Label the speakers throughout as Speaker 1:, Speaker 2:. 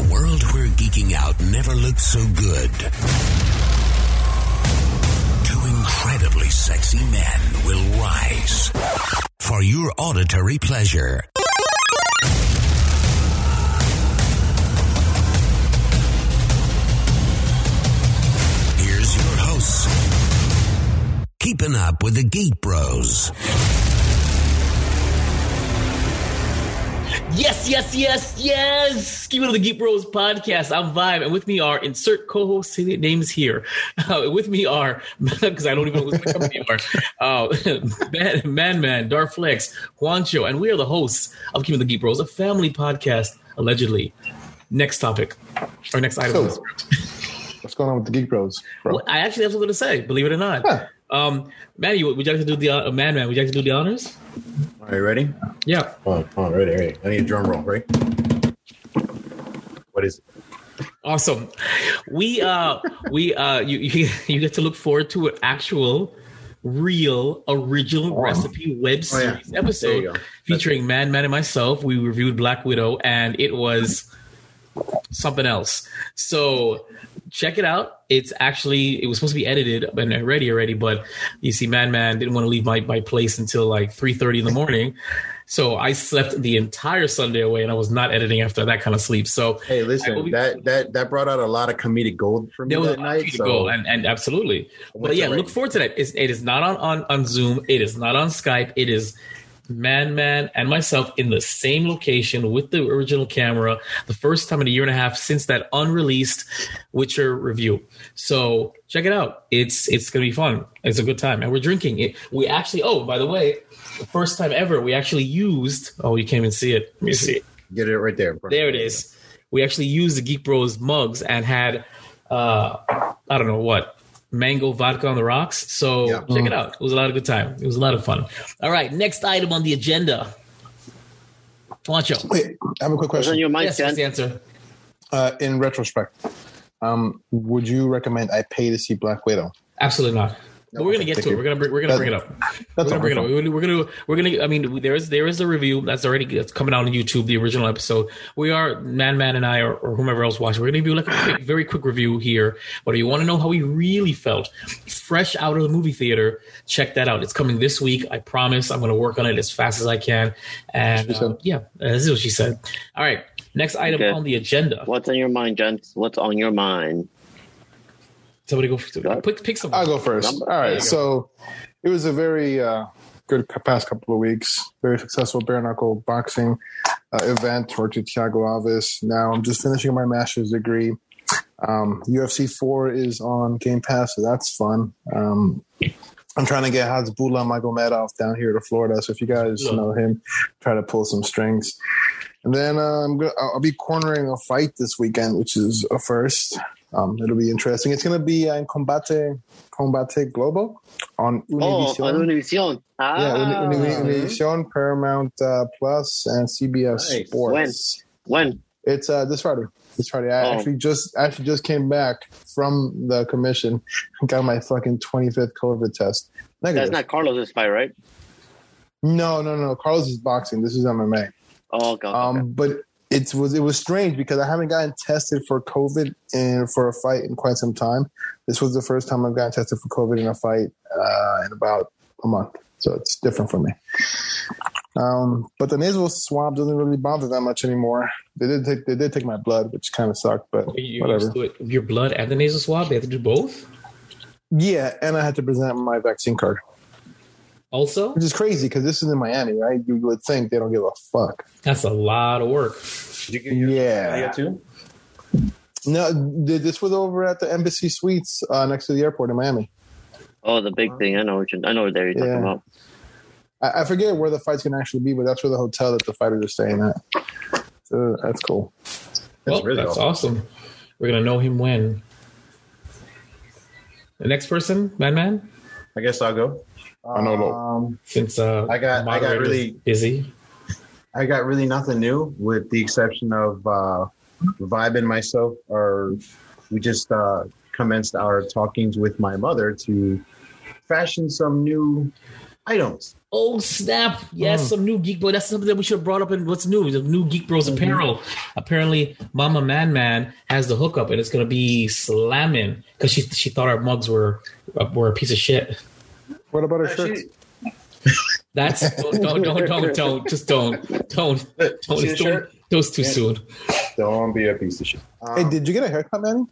Speaker 1: Cyber Geeking Out never looked so good. Two incredibly sexy men will rise for your auditory pleasure. Here's your hosts, keeping up with the Geek Bros.
Speaker 2: Yes, yes, yes, yes. Keep it on the Geek Bros podcast. I'm Vibe, and with me are insert co-host names here. Uh, with me are because I don't even know who's my company are. Uh, Man, Man, Man, Darflex, Juancho, and we are the hosts of Keeping the Geek Bros, a family podcast, allegedly. Next topic, or next item. on the
Speaker 3: So,
Speaker 2: script.
Speaker 3: What's going on with the Geek Bros, bro?
Speaker 2: Well, I actually have something to say, believe it or not.
Speaker 3: Huh.
Speaker 2: Um, Manny, would would you like to do the uh, Man, Man? Would you like to do the honors?
Speaker 4: All right, ready?
Speaker 2: Yeah.
Speaker 4: Oh, oh, ready, ready. I need a drum roll, right? What is it?
Speaker 2: Awesome. We uh we uh you you, you get to look forward to an actual real original recipe web
Speaker 4: Oh, yeah.
Speaker 2: series
Speaker 4: There you go.
Speaker 2: episode
Speaker 4: That's-
Speaker 2: featuring Man Man and myself. We reviewed Black Widow and it was something else. So check it out. It's actually it was supposed to be edited and ready already, but you see, Man Man didn't want to leave my, my place until like three thirty in the morning. So I slept the entire Sunday away, and I was not editing after that kind of sleep. So
Speaker 4: Hey,
Speaker 2: I will
Speaker 4: listen,
Speaker 2: be-
Speaker 4: that that that brought out a lot of comedic gold for me
Speaker 2: there was
Speaker 4: that
Speaker 2: a lot
Speaker 4: night.
Speaker 2: to
Speaker 4: So
Speaker 2: go, and, and absolutely. But
Speaker 4: What's
Speaker 2: yeah,
Speaker 4: the rate?
Speaker 2: look forward to that. It's, it is not on, on on Zoom. It is not on Skype. It is Man Man and myself in the same location with the original camera. The first time in a year and a half since that unreleased Witcher review. So check it out. It's it's gonna be fun. It's a good time, and we're drinking it. We actually. Oh, by the way, the first time ever we actually used. Oh, you can't even see it. Let me see.
Speaker 4: get it right there. in front of
Speaker 2: There it
Speaker 4: you.
Speaker 2: is. We actually used the Geek Bros mugs and had uh I don't know what mango vodka on the rocks. So
Speaker 4: Yeah.
Speaker 2: check it out. It was a lot of good time. It was a lot of fun. All right, next item on the agenda. Wancho.
Speaker 3: Wait, I have a quick
Speaker 5: What's on
Speaker 3: question.
Speaker 5: your mind,
Speaker 2: Yes,
Speaker 5: Dan?
Speaker 2: that's the answer.
Speaker 3: Uh, in retrospect, um, would you recommend I pay to see Black Widow?
Speaker 2: Absolutely not. But we're gonna get
Speaker 3: thank
Speaker 2: to it.
Speaker 3: you.
Speaker 2: We're gonna bring, we're gonna
Speaker 3: That-
Speaker 2: bring it up.
Speaker 3: That's
Speaker 2: we're
Speaker 3: all.
Speaker 2: gonna bring it up. We're gonna, we're gonna we're gonna I mean there is there is a review that's already that's coming out on YouTube, the original episode. We are Man Man and I or, or whomever else watching, we're gonna do like a quick, very quick review here. But if you wanna know how we really felt fresh out of the movie theater, check that out. It's coming this week. I promise I'm gonna work on it as fast as I can. And
Speaker 3: She said.
Speaker 2: uh, yeah, this is what she said. All right. Next item
Speaker 5: Okay.
Speaker 2: on the agenda.
Speaker 5: What's on your mind, gents? What's on your mind?
Speaker 2: Somebody go pick, pick
Speaker 3: I'll
Speaker 2: someone.
Speaker 3: go first.
Speaker 5: Number-
Speaker 3: All
Speaker 2: There you
Speaker 3: right.
Speaker 2: go.
Speaker 3: So it was a very uh, good c- past couple of weeks. Very successful bare knuckle boxing uh, event. Worked with Thiago Alves. Now I'm just finishing my master's degree. Um, UFC 4 is on Game Pass, so that's fun. Um, I'm trying to get Hazbullah Magomedov down here to Florida. So if you guys
Speaker 2: Look.
Speaker 3: know him, try to pull some strings. And then uh, I'm go- I'll I'll be cornering a fight this weekend, which is a first. Um, it'll be interesting. It's going to be uh, in Combate Combate Global on
Speaker 5: Oh,
Speaker 3: Univision.
Speaker 5: Univision. Ah,
Speaker 3: yeah, Uni- Uni- Univision, Paramount uh, Plus, and CBS
Speaker 4: Nice.
Speaker 3: Sports.
Speaker 5: When?
Speaker 3: It's uh, this Friday. This Friday. I
Speaker 5: Oh.
Speaker 3: actually just actually just came back from the commission. Got my fucking twenty fifth COVID test.
Speaker 5: That's
Speaker 3: Negative.
Speaker 5: not Carlos's fight, right?
Speaker 3: no, no, no. Carlos is boxing. This is MMA.
Speaker 5: Oh, God.
Speaker 3: Um, but it was it was strange because I haven't gotten tested for COVID and for a fight in quite some time. This was the first time I've gotten tested for COVID in a fight uh, in about a month, so it's different for me. Um, but the nasal swab doesn't really bother that much anymore. They did take they did take my blood, which kind of sucked, but
Speaker 2: You
Speaker 3: whatever.
Speaker 2: used to it. Your blood and the nasal swab, they have to do both.
Speaker 3: Yeah, and I had to present my vaccine card,
Speaker 2: Also,
Speaker 3: which is crazy because this is in Miami, right? You would think they don't give a fuck.
Speaker 2: that's a lot of work.
Speaker 4: Did you get your
Speaker 3: Yeah.
Speaker 4: video too?
Speaker 3: No, th- this was over at the Embassy Suites uh, next to the airport in Miami.
Speaker 5: oh, the big thing. I know what you're, I know what they're talking
Speaker 3: Yeah.
Speaker 5: about.
Speaker 3: I, I forget where the fight's gonna actually be, but that's where the hotel that the fighters are staying at. So that's cool.
Speaker 4: That's
Speaker 2: well,
Speaker 4: really
Speaker 2: that's
Speaker 4: awesome.
Speaker 2: awesome. We're gonna know him when. The next person, Man Man,
Speaker 4: I guess I'll go.
Speaker 3: Arnoldo.
Speaker 4: Um,
Speaker 2: since uh,
Speaker 4: I got-
Speaker 2: the
Speaker 4: I got
Speaker 2: moderator's
Speaker 4: really-
Speaker 2: busy.
Speaker 4: I got really nothing new, with the exception of uh, Vibe and myself. Are we just uh, commenced our talkings with my mother to fashion some new items.
Speaker 2: Oh snap! Yes, some new Geek Bro. That's something that we should have brought up. in what's new? The new Geek Bros apparel. Apparently, Mama Man Man has the hookup, and it's gonna be slamming because she she thought our mugs were uh, were a piece of shit.
Speaker 3: What about her
Speaker 4: Uh,
Speaker 3: shirts?
Speaker 4: she-
Speaker 2: That's don't don't don't don't, don't just don't don't don't
Speaker 4: See the
Speaker 2: don't. don't
Speaker 4: shirt?
Speaker 2: those too soon.
Speaker 4: Don't be a piece of shit.
Speaker 3: hey,
Speaker 4: Um,
Speaker 3: did you get a haircut, Manny?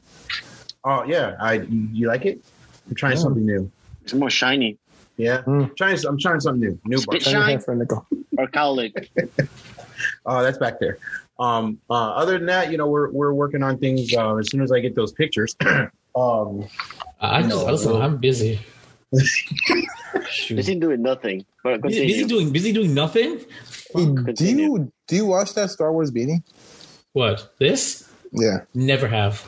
Speaker 4: oh yeah, I you like it? I'm trying
Speaker 3: Yeah.
Speaker 4: something new.
Speaker 5: It's more shiny
Speaker 4: Yeah,
Speaker 3: Mm.
Speaker 4: trying. I'm trying something new. New
Speaker 5: Spit
Speaker 4: buck.
Speaker 3: Shiny hair
Speaker 5: shine
Speaker 3: for a nickel.
Speaker 5: or cowlick.
Speaker 4: Oh, that's back there. Um, uh, other than that, you know, we're we're working on things. Uh, as soon as I get those pictures, um,
Speaker 2: I know. Listen, I'm busy. Shoot.
Speaker 5: Busy doing nothing. But
Speaker 2: Busy, busy
Speaker 5: continue.
Speaker 2: doing busy doing nothing.
Speaker 3: Hey, do
Speaker 5: Continue.
Speaker 3: you do you watch that Star Wars beanie?
Speaker 2: What this?
Speaker 3: Yeah.
Speaker 2: Never have.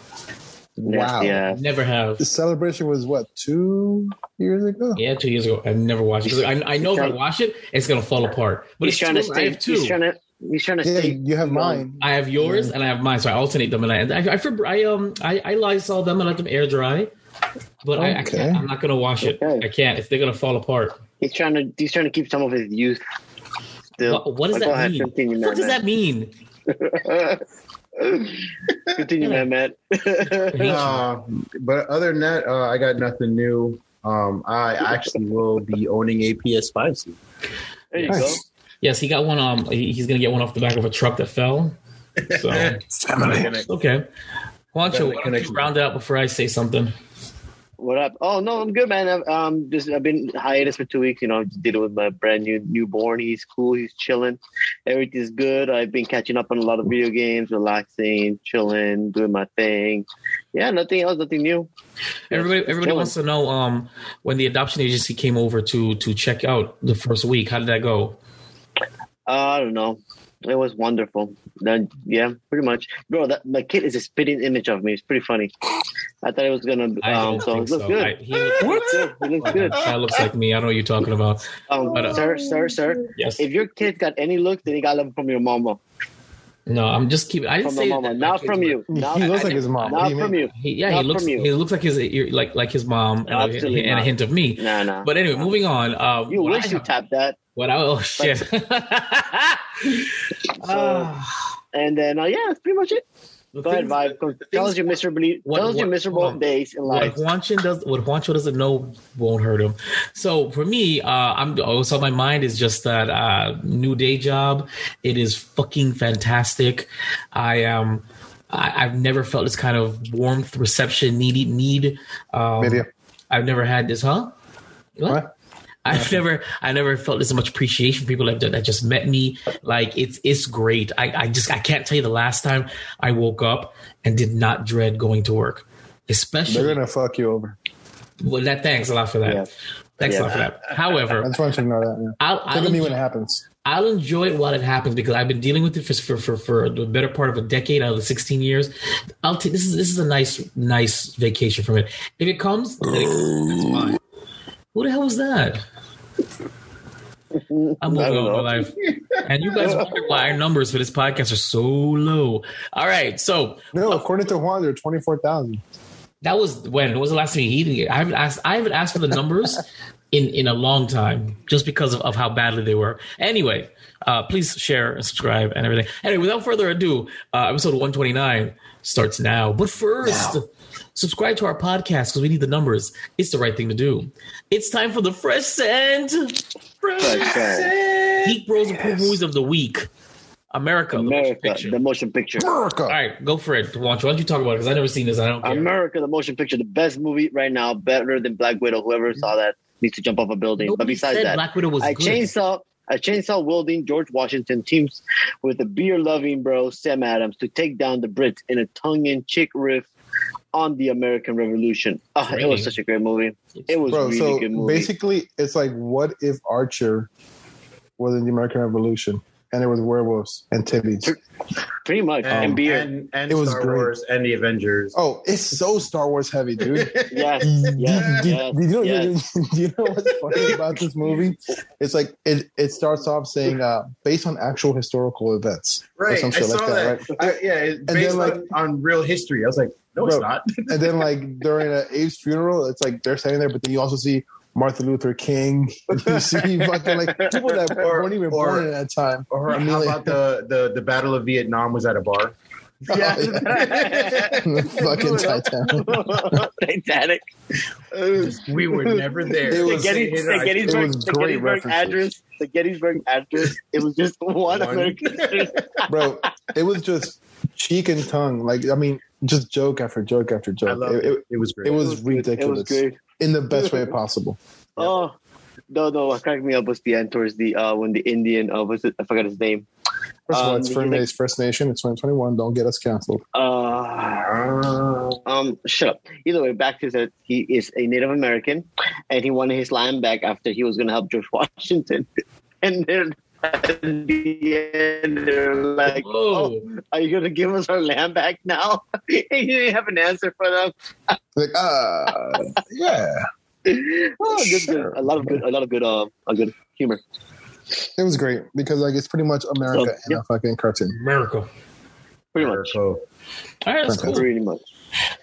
Speaker 5: Nasty ass.
Speaker 2: Never have.
Speaker 3: The celebration was what two years ago?
Speaker 2: Yeah, two years ago. I've never watched it. 'Cause I, I know if I watch it, it's gonna fall apart. But
Speaker 5: he's
Speaker 2: it's
Speaker 5: trying to
Speaker 2: two.
Speaker 5: stay.
Speaker 2: I have two.
Speaker 5: He's trying to. He's trying to
Speaker 3: Yeah,
Speaker 5: stay.
Speaker 3: you have mine.
Speaker 2: I have yours and I have mine, so I alternate them. And I, I, I, for- I um, I, I lysol them and let them air dry. But I, I
Speaker 3: Okay.
Speaker 2: can't, I'm not gonna wash it.
Speaker 5: Okay.
Speaker 2: I can't. If they're gonna fall apart,
Speaker 5: He's trying to. He's trying to keep some of his youth. Still.
Speaker 2: what, what does
Speaker 5: Go
Speaker 2: that
Speaker 5: ahead,
Speaker 2: mean?
Speaker 5: continue,
Speaker 2: What does
Speaker 5: man.
Speaker 2: that mean?
Speaker 5: Continue, man, Matt.
Speaker 4: uh, but other than that, uh, I got nothing new. Um, I actually will be owning a PS5 soon.
Speaker 5: there you go.
Speaker 3: Nice.
Speaker 2: Yes, he got one. Um, he- he's gonna get one off the back of a truck that fell. So
Speaker 4: Family.
Speaker 2: okay,
Speaker 4: Family
Speaker 2: Juancho, why don't you
Speaker 4: connection.
Speaker 2: round out before I say something?
Speaker 5: What up? Oh no, I'm good, man. I've, um, just I've been hiatus for two weeks. You know, I just did it with my brand new newborn. He's cool. He's chilling. Everything's good. I've been catching up on a lot of video games, relaxing, chilling, doing my thing. Yeah, nothing else, nothing new.
Speaker 2: Everybody,
Speaker 5: Just
Speaker 2: everybody
Speaker 5: chilling.
Speaker 2: wants to know um, when the adoption agency came over to to check out the first week. How did that go?
Speaker 5: Uh, I don't know. It was wonderful. Then yeah, pretty much, bro. That my kid is a spitting image of me. It's pretty funny. I thought it was gonna.
Speaker 2: I
Speaker 5: Um,
Speaker 2: don't
Speaker 5: so
Speaker 2: think
Speaker 5: it looks
Speaker 2: so.
Speaker 5: good.
Speaker 2: I- he looks-
Speaker 5: It looks good. It looks good.
Speaker 2: that looks like me. I know what you're talking about.
Speaker 5: Um,
Speaker 2: But, uh,
Speaker 5: sir, sir, sir.
Speaker 2: Yes.
Speaker 5: If your kid got any look, then he got them from your mama.
Speaker 2: No, I'm just keeping. I didn't
Speaker 5: From the
Speaker 2: say
Speaker 5: mama,
Speaker 2: that-
Speaker 5: not from you.
Speaker 3: He
Speaker 5: Not,
Speaker 3: looks like his mom. What do
Speaker 5: not
Speaker 3: you
Speaker 5: from
Speaker 3: mean?
Speaker 5: you.
Speaker 2: He, yeah,
Speaker 5: Not
Speaker 2: he looks.
Speaker 5: from you.
Speaker 2: He looks like his like like his mom, and, a,
Speaker 5: Absolutely
Speaker 2: and a
Speaker 5: not.
Speaker 2: hint of me.
Speaker 5: No, no.
Speaker 2: But anyway, moving on. Um,
Speaker 5: you
Speaker 2: what I
Speaker 5: wish you
Speaker 2: have-
Speaker 5: tapped that.
Speaker 2: What I oh shit. Ah,
Speaker 5: And then, uh, yeah, that's pretty much it.
Speaker 2: the
Speaker 5: Go ahead,
Speaker 2: things-
Speaker 5: Vibe. Go- Tell us your miserably,
Speaker 2: What-
Speaker 5: tell us your
Speaker 2: what-
Speaker 5: miserable
Speaker 2: hold on.
Speaker 5: days in
Speaker 2: What
Speaker 5: life.
Speaker 2: Juancho does, what Juancho doesn't know, won't hurt him. So for me, uh, I'm also my mind is just that uh, new day job. It is fucking fantastic. I am. I, I've never felt this kind of warmth, reception, needy need. Um,
Speaker 3: Maybe.
Speaker 2: I've never had this, huh?
Speaker 3: What?
Speaker 2: I've never, I never felt this much appreciation. for People that, that just met me, like it's, it's great. I, I just, I can't tell you the last time I woke up and did not dread going to work. Especially,
Speaker 3: They're gonna fuck you over.
Speaker 2: well, that thanks a lot for that.
Speaker 5: Yeah.
Speaker 2: Thanks a
Speaker 5: Yeah.
Speaker 2: lot for that.
Speaker 3: I
Speaker 2: However,
Speaker 3: just want you to know that. Man.
Speaker 2: I'll,
Speaker 3: Look
Speaker 2: I'll,
Speaker 3: at me when
Speaker 2: enjoy,
Speaker 3: it happens.
Speaker 2: I'll enjoy it while it happens because I've been dealing with it for for for, for the better part of a decade out of the sixteen years. I'll take this is this is a nice nice vacation from it. If it comes, then it comes. That's fine. Who the hell was that? I'm
Speaker 5: I
Speaker 2: moving on with
Speaker 5: don't
Speaker 2: my
Speaker 5: know.
Speaker 2: life, and you guys wonder why our numbers for this podcast are so low. All right, so
Speaker 5: Oh.
Speaker 3: No, according to Juan, they're twenty four thousand.
Speaker 2: that was when? When was the last time you eated it? I haven't asked. I haven't asked for the numbers in in a long time, just because of, of how badly they were. Anyway, uh, please share and subscribe and everything. Anyway, without further ado, uh, episode one twenty nine starts now. But first. Subscribe to our podcast because we need the numbers. It's the right thing to do. It's time for the fresh scent. Fresh
Speaker 5: Fresh scent.
Speaker 2: scent. Geek Bros approved movies of the week. America, the motion
Speaker 5: America,
Speaker 2: picture.
Speaker 5: the motion picture.
Speaker 3: America.
Speaker 2: All right, go for it. Why don't you talk about it? Because i never seen this. I don't care.
Speaker 5: America, the motion picture, the best movie right now, better than Black Widow. Whoever saw that needs to jump off a building. but
Speaker 2: Nobody
Speaker 5: besides
Speaker 2: said
Speaker 5: that,
Speaker 2: Black Widow was
Speaker 5: I
Speaker 2: good.
Speaker 5: chainsaw a chainsaw wielding George Washington teams with the beer loving bro Sam Adams to take down the Brits in a tongue in cheek riff on the American Revolution. Oh, it
Speaker 2: Really?
Speaker 5: was such a great movie. It was
Speaker 3: Bro,
Speaker 5: really
Speaker 3: so
Speaker 5: good movie.
Speaker 3: basically, it's like, what if Archer was in the American Revolution and there was werewolves and titties?
Speaker 5: Pretty much. And,
Speaker 4: And,
Speaker 5: beer.
Speaker 4: and, and
Speaker 3: It was
Speaker 4: Star
Speaker 3: great.
Speaker 4: Wars and the Avengers.
Speaker 3: Oh, it's so Star Wars heavy, dude.
Speaker 5: yes.
Speaker 3: Do-
Speaker 5: Yes.
Speaker 3: do-
Speaker 5: yes,
Speaker 3: do you know-
Speaker 5: yes.
Speaker 3: do you know what's funny about this movie? It's like it, it starts off saying uh, based on actual historical events,
Speaker 4: right,
Speaker 3: some
Speaker 4: I
Speaker 3: shit like
Speaker 4: saw
Speaker 3: that,
Speaker 4: that. I- yeah, it's
Speaker 3: then,
Speaker 4: based
Speaker 3: like-
Speaker 4: on, on real history. I was like, no,
Speaker 3: Bro.
Speaker 4: it's not.
Speaker 3: and then like during uh, Abe's funeral, it's like they're standing there, but then you also see Martin Luther King. you see fucking like people that
Speaker 4: Or-
Speaker 3: weren't even
Speaker 4: or-
Speaker 3: born at that time.
Speaker 4: Or how
Speaker 3: Amelia-
Speaker 4: about the, the, the Battle of Vietnam was at a bar?
Speaker 3: Yeah. fucking Titanic.
Speaker 5: Titanic.
Speaker 4: We were never there.
Speaker 3: It
Speaker 5: The,
Speaker 3: was-
Speaker 5: Getty,
Speaker 4: Hit
Speaker 5: the
Speaker 4: or-
Speaker 5: Gettysburg,
Speaker 3: was
Speaker 5: the
Speaker 3: great
Speaker 5: Gettysburg
Speaker 3: references.
Speaker 5: address. The Gettysburg address. It was just one,
Speaker 4: One.
Speaker 5: American.
Speaker 3: Bro, it was just cheek and tongue. Like I mean, just joke after joke after joke.
Speaker 4: I love
Speaker 3: It-
Speaker 4: it.
Speaker 3: it-
Speaker 4: It was great.
Speaker 3: it was
Speaker 5: It was
Speaker 3: ridiculous
Speaker 5: great.
Speaker 3: in the best way possible.
Speaker 5: Oh no, no! What cracked me up was the end towards the uh when the Indian uh was it, I forgot his name.
Speaker 3: First of all,
Speaker 5: Um,
Speaker 3: it's
Speaker 5: he
Speaker 3: First,
Speaker 5: like-
Speaker 3: Nation's First Nation. It's 2021. Don't get us canceled.
Speaker 5: Uh,
Speaker 4: Ah,
Speaker 5: um, shut up. Either way, back to that. He is a Native American, and he wanted his land back after he was going to help George Washington. And then at the end, they're like, "Oh,
Speaker 2: Whoa.
Speaker 5: are you going to give us our land back now?" he didn't have an answer for them.
Speaker 3: Like ah, yeah,
Speaker 5: Oh, good, good.
Speaker 3: Sure.
Speaker 5: A lot of good, a lot of good, uh, a good humor.
Speaker 3: it was great because like it's pretty much America
Speaker 5: So,
Speaker 3: in
Speaker 5: yeah.
Speaker 3: a fucking cartoon.
Speaker 2: Miracle.
Speaker 5: Pretty much,
Speaker 2: All right, that's cool.
Speaker 5: pretty much.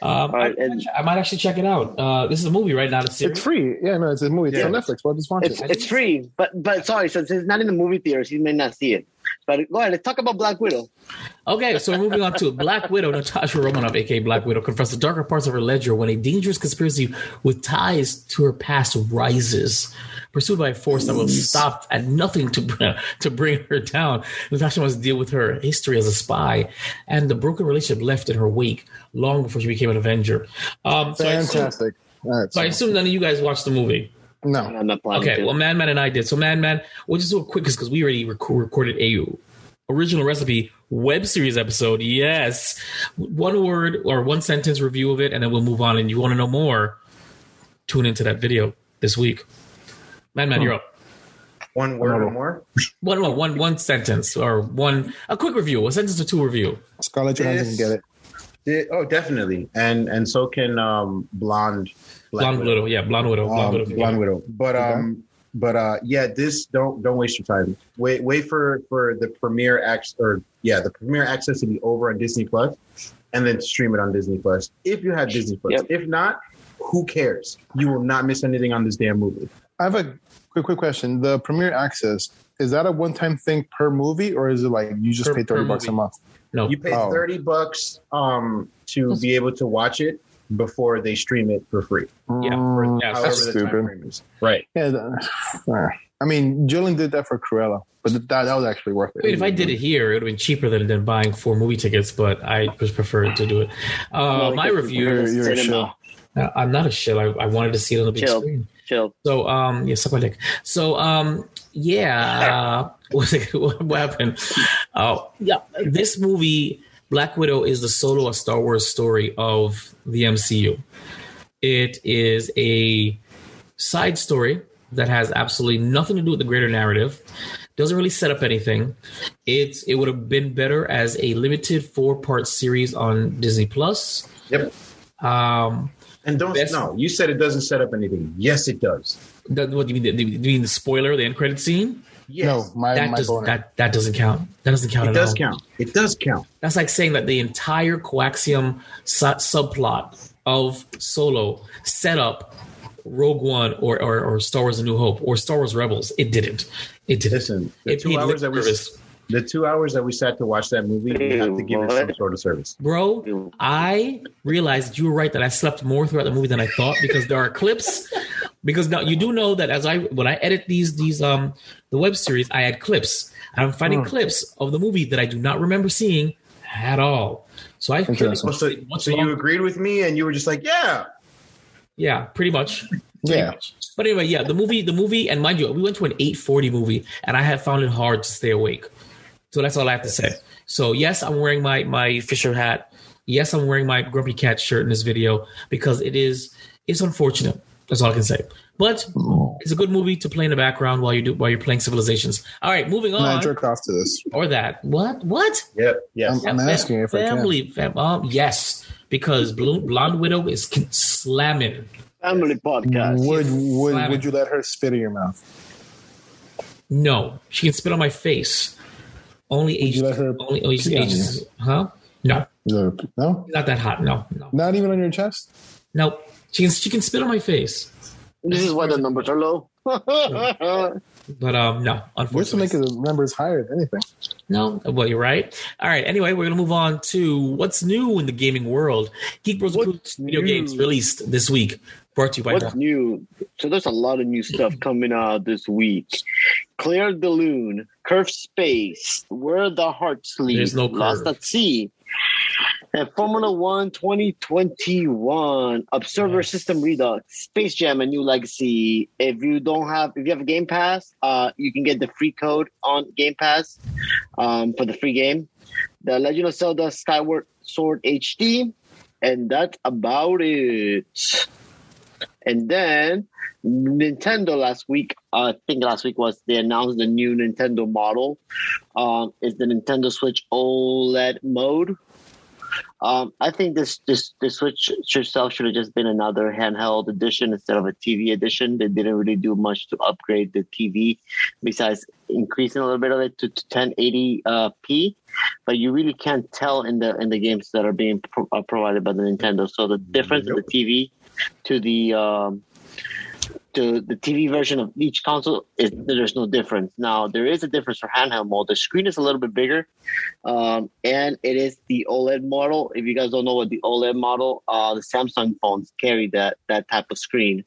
Speaker 2: Um,
Speaker 5: right,
Speaker 2: I,
Speaker 5: and-
Speaker 2: I might actually check it out. Uh, this is a movie, right? Not a series.
Speaker 3: It's free. Yeah, no, it's a movie. It's
Speaker 4: Yeah.
Speaker 3: on Netflix. Well, just watch
Speaker 5: It's,
Speaker 3: it.
Speaker 5: it's free, but but sorry, since it's not in the movie theaters, you may not see it. But go ahead, let's talk about Black Widow.
Speaker 2: Okay, so we're moving on to Black Widow. Natasha Romanoff, aka Black Widow, confronts the darker parts of her ledger when a dangerous conspiracy with ties to her past rises, pursued by a force that will stop at nothing to to bring her down. Natasha must deal with her history as a spy and the broken relationship left in her wake long before she became an Avenger. Um, so, I assume,
Speaker 3: Fantastic. All right,
Speaker 2: so I assume none of you guys watched the movie.
Speaker 3: no,
Speaker 5: I'm not planning
Speaker 2: Okay,
Speaker 5: to.
Speaker 2: well, Man Man and I did. So, Man Man, we'll just do a quick because we already rec- recorded a original recipe web series episode. Yes, one word or one sentence review of it, and then we'll move on. And you want to know more? Tune into that video this week. Man Man, you're up.
Speaker 4: One word or more?
Speaker 2: One, one, one, one sentence or one a quick review, a sentence or two review.
Speaker 3: Scarlett Johansson
Speaker 4: This-
Speaker 3: can get it.
Speaker 4: Yeah, oh, definitely. And and so can um, Blonde. Black
Speaker 2: Blonde Widow, yeah, Blonde Widow, Blonde
Speaker 4: Um,
Speaker 2: Widow.
Speaker 4: Blonde Widow. But um, but uh, yeah, this don't don't waste your time. Wait wait for for the premiere access or yeah the premiere access to be over on Disney Plus, and then stream it on Disney Plus if you have Disney Plus.
Speaker 5: Yep.
Speaker 4: If not, who cares? You will not miss anything on this damn movie.
Speaker 3: I have a quick, quick question. The premiere access is that a one-time thing per movie, or is it like you just
Speaker 2: Per-
Speaker 3: pay thirty
Speaker 2: per
Speaker 3: bucks a
Speaker 2: movie.
Speaker 3: month?
Speaker 2: No,
Speaker 4: You pay
Speaker 3: Oh.
Speaker 4: thirty bucks um to be able to watch it before they stream it for free.
Speaker 2: Yeah.
Speaker 3: Mm,
Speaker 2: Yeah,
Speaker 4: However,
Speaker 3: that's
Speaker 4: the
Speaker 3: stupid.
Speaker 4: time frame is. Right.
Speaker 3: Yeah, that- I mean, Julian did that for Cruella, but that that was actually worth it.
Speaker 2: I mean, if I did it here, it would have been cheaper than, than buying four movie tickets, but I just preferred to do it. Uh,
Speaker 5: Like
Speaker 2: my
Speaker 5: if you
Speaker 2: review.
Speaker 5: go to
Speaker 3: You're-
Speaker 5: the
Speaker 3: you're a
Speaker 5: cinema,
Speaker 2: Uh, I'm not a shit. I, I wanted to see it on the big
Speaker 5: Chill.
Speaker 2: screen.
Speaker 5: Chill.
Speaker 2: So um, yeah, suck my dick. So um, yeah, uh, what, what happened? Oh yeah, this movie Black Widow is the solo a Star Wars story of the MCU. It is a side story that has absolutely nothing to do with the greater narrative. Doesn't really set up anything. It's it would have been better as a limited four part series on Disney Plus.
Speaker 4: Yep.
Speaker 2: Um,
Speaker 4: And don't
Speaker 2: Best-
Speaker 4: no. You said it doesn't set up anything. Yes, it does.
Speaker 2: That, what do you mean? The, do you mean the spoiler, the end credit scene?
Speaker 4: Yes.
Speaker 3: No, my
Speaker 2: That
Speaker 3: my
Speaker 2: does
Speaker 3: boner.
Speaker 2: that that doesn't count. That doesn't count
Speaker 4: It
Speaker 2: at
Speaker 4: does
Speaker 2: all.
Speaker 4: count. It does count.
Speaker 2: That's like saying that the entire coaxium su- subplot of Solo set up Rogue One or, or or Star Wars: A New Hope or Star Wars Rebels. It didn't. It didn't.
Speaker 4: Listen, the
Speaker 2: It
Speaker 4: two
Speaker 2: paid
Speaker 4: hours that we
Speaker 2: service.
Speaker 4: the two hours that we sat to watch that movie, we have to give it some sort of service.
Speaker 2: Bro, I realized you were right that I slept more throughout the movie than I thought because there are clips. Because now you do know that as I when I edit these these um the web series, I add clips. And I'm finding clips of the movie that I do not remember seeing at all. So I
Speaker 3: Interesting.
Speaker 4: Oh, so,
Speaker 2: What's
Speaker 4: so
Speaker 2: wrong?
Speaker 4: you agreed with me, and you were just like, "Yeah,
Speaker 2: yeah, pretty much.
Speaker 3: Yeah,
Speaker 2: But anyway, yeah, the movie, the movie, and mind you, we went to an 840 movie, and I have found it hard to stay awake. So that's all I have to say. So yes, I'm wearing my my Fisher hat. Yes, I'm wearing my Grumpy Cat shirt in this video because it is it's unfortunate. That's all I can say. But it's a good movie to play in the background while you do while you're playing Civilizations. All right, moving
Speaker 3: and I
Speaker 2: on.
Speaker 3: jerk off to this.
Speaker 2: Or that. What? What?
Speaker 4: yep, yes."
Speaker 3: I'm, I'm asking if I can.
Speaker 2: family, fam- um, yes, because Blue, Blonde Widow is con- slamming.
Speaker 5: Family podcast.
Speaker 3: Would would
Speaker 2: Slamming.
Speaker 3: would you let her spit in your mouth?
Speaker 2: No, she can spit on my face. Only
Speaker 3: Would
Speaker 2: age.
Speaker 3: you let her
Speaker 2: Only only
Speaker 3: pee on
Speaker 2: ages. Huh? No,
Speaker 3: No, no?
Speaker 2: not that hot. No, no,
Speaker 3: not even on your chest.
Speaker 2: no. She can she can spit on my face.
Speaker 5: This is why the numbers are low.
Speaker 2: But um, no,
Speaker 3: We're still
Speaker 2: unfortunately,
Speaker 3: making the numbers higher than anything.
Speaker 2: no. Well, you're right. All right. Anyway, we're gonna move on to what's new in the gaming world. Geek Bros.
Speaker 5: What's
Speaker 2: video
Speaker 5: new?
Speaker 2: games released this week. Brought to you by
Speaker 5: What's new? So there's a lot of new stuff coming out this week. Clear the Loon, Curve Space, Where the Heart Sleeps,
Speaker 2: There's no
Speaker 5: Lost
Speaker 2: curve.
Speaker 5: at Sea, and Formula One 2021, Observer
Speaker 2: Nice.
Speaker 5: System Redux, Space Jam: A New Legacy. If you don't have, if you have a Game Pass, uh, you can get the free code on Game Pass um, for the free game. The Legend of Zelda: Skyward Sword HD, and that's about it. And then Nintendo last week, I think last week was they announced the new Nintendo model. Um, is the Nintendo Switch OLED mode? Um, I think this this the Switch itself should have just been another handheld edition instead of a TV edition. They didn't really do much to upgrade the TV, besides increasing a little bit of it to, to 1080p. But you really can't tell in the in the games that are being pro- uh, provided by the Nintendo. So the difference in the TV to the um, to the TV version of each console is there's no difference. Now there is a difference for handheld mode. The screen is a little bit bigger, um, and it is the OLED model. If you guys don't know what the OLED model, uh, the Samsung phones carry that that type of screen.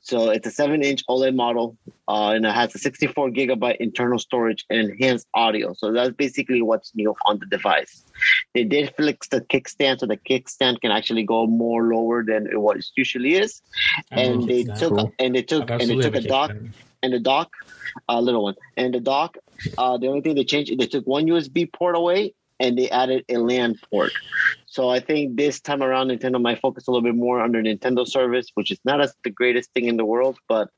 Speaker 5: So it's a seven-inch OLED model, uh, and it has a 64 gigabyte internal storage and enhanced audio. So that's basically what's new on the device. They did fix the kickstand, so the kickstand can actually go more lower than it was usually is
Speaker 2: Oh,
Speaker 5: and they took and they took and they took a dock and the dock, a little one, and the dock. Uh, the only thing they changed, they took one USB port away and they added a LAN port. So I think this time around, Nintendo might focus a little bit more on their Nintendo service, which is not as the greatest thing in the world, but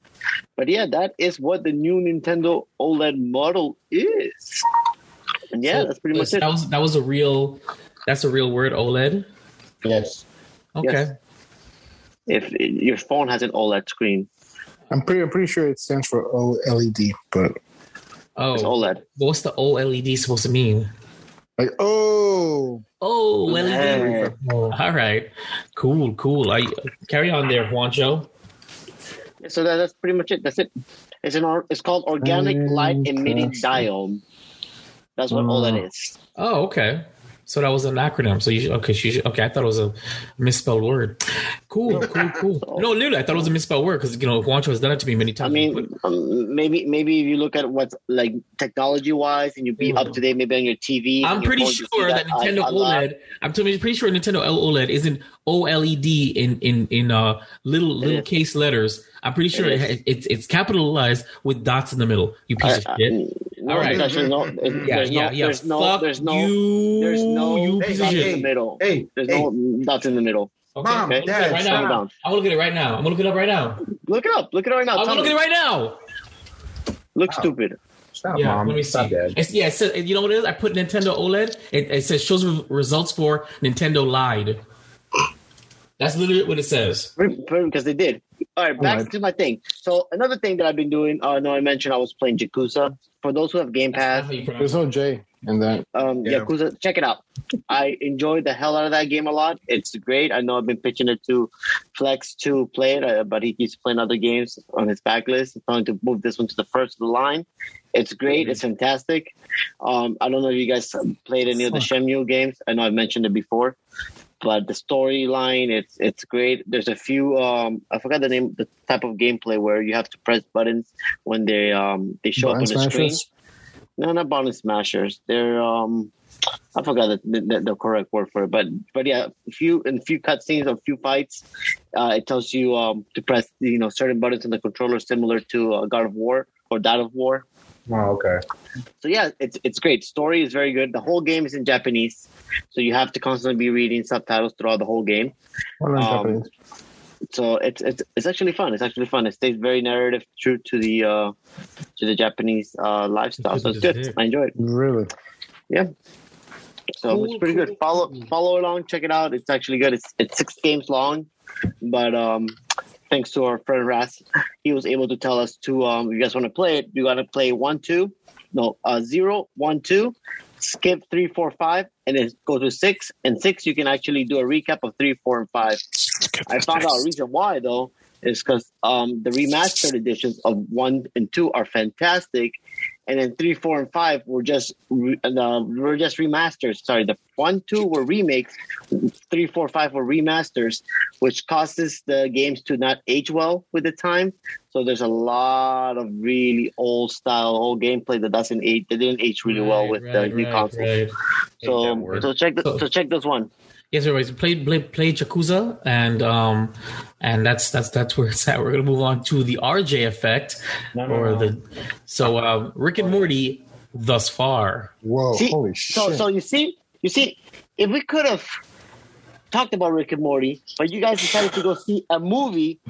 Speaker 5: but yeah, that is what the new Nintendo OLED model is. And yeah, that's pretty much it.
Speaker 2: Oh, That was that was a real. That's a real word. OLED.
Speaker 4: Yes.
Speaker 2: Okay.
Speaker 5: Yes. If your phone has an OLED screen,
Speaker 3: I'm pretty, I'm pretty sure it stands for OLED, but
Speaker 2: Oh,
Speaker 5: it's E OLED.
Speaker 2: what's the OLED supposed to mean?
Speaker 3: like, oh,
Speaker 2: Oh,
Speaker 5: Yeah.
Speaker 2: LED. Oh, all right. Cool. Cool. I carry on there, Juancho.
Speaker 5: So that, that's pretty much it. That's it. It's an or, it's called organic light emitting diode. That's what all that is.
Speaker 2: Oh, okay. So that was an acronym. So you should, okay, she should, okay. I thought it was a misspelled word. Cool, cool, cool. No, literally, I thought it was a misspelled word because you know Juancho has done it to me many
Speaker 5: I
Speaker 2: times.
Speaker 5: mean, um, maybe maybe if you look at what's like technology wise, and you be
Speaker 2: Mm.
Speaker 5: up to date, maybe on your TV. and
Speaker 2: I'm
Speaker 5: your
Speaker 2: pretty
Speaker 5: phone, you see
Speaker 2: sure that,
Speaker 5: a-
Speaker 2: Nintendo
Speaker 5: a lot.
Speaker 2: OLED. I'm pretty pretty sure Nintendo E OLED isn't OLED E in in in uh, little little
Speaker 5: is.
Speaker 2: case letters. I'm pretty sure
Speaker 5: It
Speaker 2: it
Speaker 5: is.
Speaker 2: it, it's it's capitalized with dots in the middle. You
Speaker 5: I-
Speaker 2: piece
Speaker 5: I-
Speaker 2: of shit.
Speaker 5: No,
Speaker 2: All right.
Speaker 5: there's actually no.
Speaker 2: Yeah,
Speaker 5: There's
Speaker 2: yeah,
Speaker 5: no.
Speaker 2: yeah.
Speaker 5: There's no.
Speaker 2: Fuck
Speaker 5: There's no.
Speaker 2: you.
Speaker 5: There's no.
Speaker 2: you
Speaker 5: There's
Speaker 2: piece
Speaker 5: no.
Speaker 2: of
Speaker 5: dots
Speaker 2: shit.
Speaker 5: in the middle.
Speaker 4: Hey,
Speaker 5: There's
Speaker 4: hey.
Speaker 5: no dots in the middle.
Speaker 2: Okay,
Speaker 4: Mom,
Speaker 2: okay.
Speaker 4: Dad,
Speaker 2: right
Speaker 5: settle
Speaker 2: now.
Speaker 5: down.
Speaker 2: I'm gonna look at it right now. I'm gonna look it up right now.
Speaker 5: Look it up. Look it up right now.
Speaker 2: I'm
Speaker 5: Tell
Speaker 2: gonna look
Speaker 5: me.
Speaker 2: at it right now.
Speaker 5: Look
Speaker 4: Wow.
Speaker 5: stupid.
Speaker 4: Stop,
Speaker 2: Yeah,
Speaker 4: mom.
Speaker 2: let me see.
Speaker 4: Stop, Dad.
Speaker 2: It's, yeah, it says, you know what it is? I put Nintendo OLED. It, it says shows re- results for Nintendo lied. That's literally what it says.
Speaker 5: because they did. All right, back
Speaker 3: Alright.
Speaker 5: to my thing. So another thing that I've been doing. Uh, no, I mentioned I was playing Yakuza. For those who have Game
Speaker 2: That's
Speaker 5: Pass,
Speaker 2: how you pronounce
Speaker 3: there's no J in that.
Speaker 5: um,
Speaker 4: Yeah.
Speaker 5: Yakuza, check it out. I enjoyed the hell out of that game a lot. It's great. I know I've been pitching it to Flex to play it, uh, but he keeps playing other games on his backlist. I'm trying to move this one to the first of the line. It's great. It's fantastic. Um, I don't know if you guys um, played any of the Shenmue games. I know I've mentioned it before, but the storyline it's it's great. There's a few um, I forgot the name, the type of gameplay where you have to press buttons when they um, they show
Speaker 3: Button
Speaker 5: up on the screen.
Speaker 3: smashers.
Speaker 5: No, not bottom smashers. They're um, I forgot the, the, the correct word for it, but but yeah, few in few cutscenes or few fights, uh, it tells you um to press you know certain buttons on the controller, similar to uh, God of War or that of War.
Speaker 4: Oh, okay.
Speaker 5: So yeah, it's it's great. Story is very good. The whole game is in Japanese, so you have to constantly be reading subtitles throughout the whole game
Speaker 3: What is
Speaker 5: Um,
Speaker 3: happening?
Speaker 5: so it's it's it's actually fun. It's actually fun. It stays very narrative, true to the uh, to the Japanese uh, lifestyle. So it's good. I enjoy it.
Speaker 3: Really?
Speaker 5: So it's
Speaker 2: Cool,
Speaker 5: pretty
Speaker 2: cool.
Speaker 5: good. Follow follow along. Check it out. It's actually good. It's it's six games long, but um, thanks to our friend Ras, he was able to tell us to um, if you guys want to play it, you got to play one two, no uh, zero one two, skip three four five, and then go to six. And six, you can actually do a recap of three four and five. I found out a reason why though is because um, the remastered editions of one and two are fantastic, and then three, four, and five were just re- uh, were just remasters. Sorry, the one, two were remakes, three, four, five were remasters, which causes the games to not age well with the time. So there's a lot of really old style, old gameplay that doesn't age. That didn't age really well
Speaker 2: Right,
Speaker 5: with the
Speaker 2: right,
Speaker 5: new
Speaker 2: right,
Speaker 5: consoles.
Speaker 2: right.
Speaker 4: that
Speaker 5: So,
Speaker 4: word.
Speaker 5: so check the,
Speaker 2: So-
Speaker 5: so check this one.
Speaker 2: Yes, everybody's played play, play Yakuza, and um, and that's that's that's where it's at. We're gonna move on to the RJ effect,
Speaker 4: No, no,
Speaker 2: or
Speaker 4: no.
Speaker 2: the so um, Rick and Morty thus far.
Speaker 3: Whoa!
Speaker 5: See,
Speaker 3: Oh, holy shit!
Speaker 5: so so you see you see if we could have talked about Rick and Morty, but you guys decided to go see a movie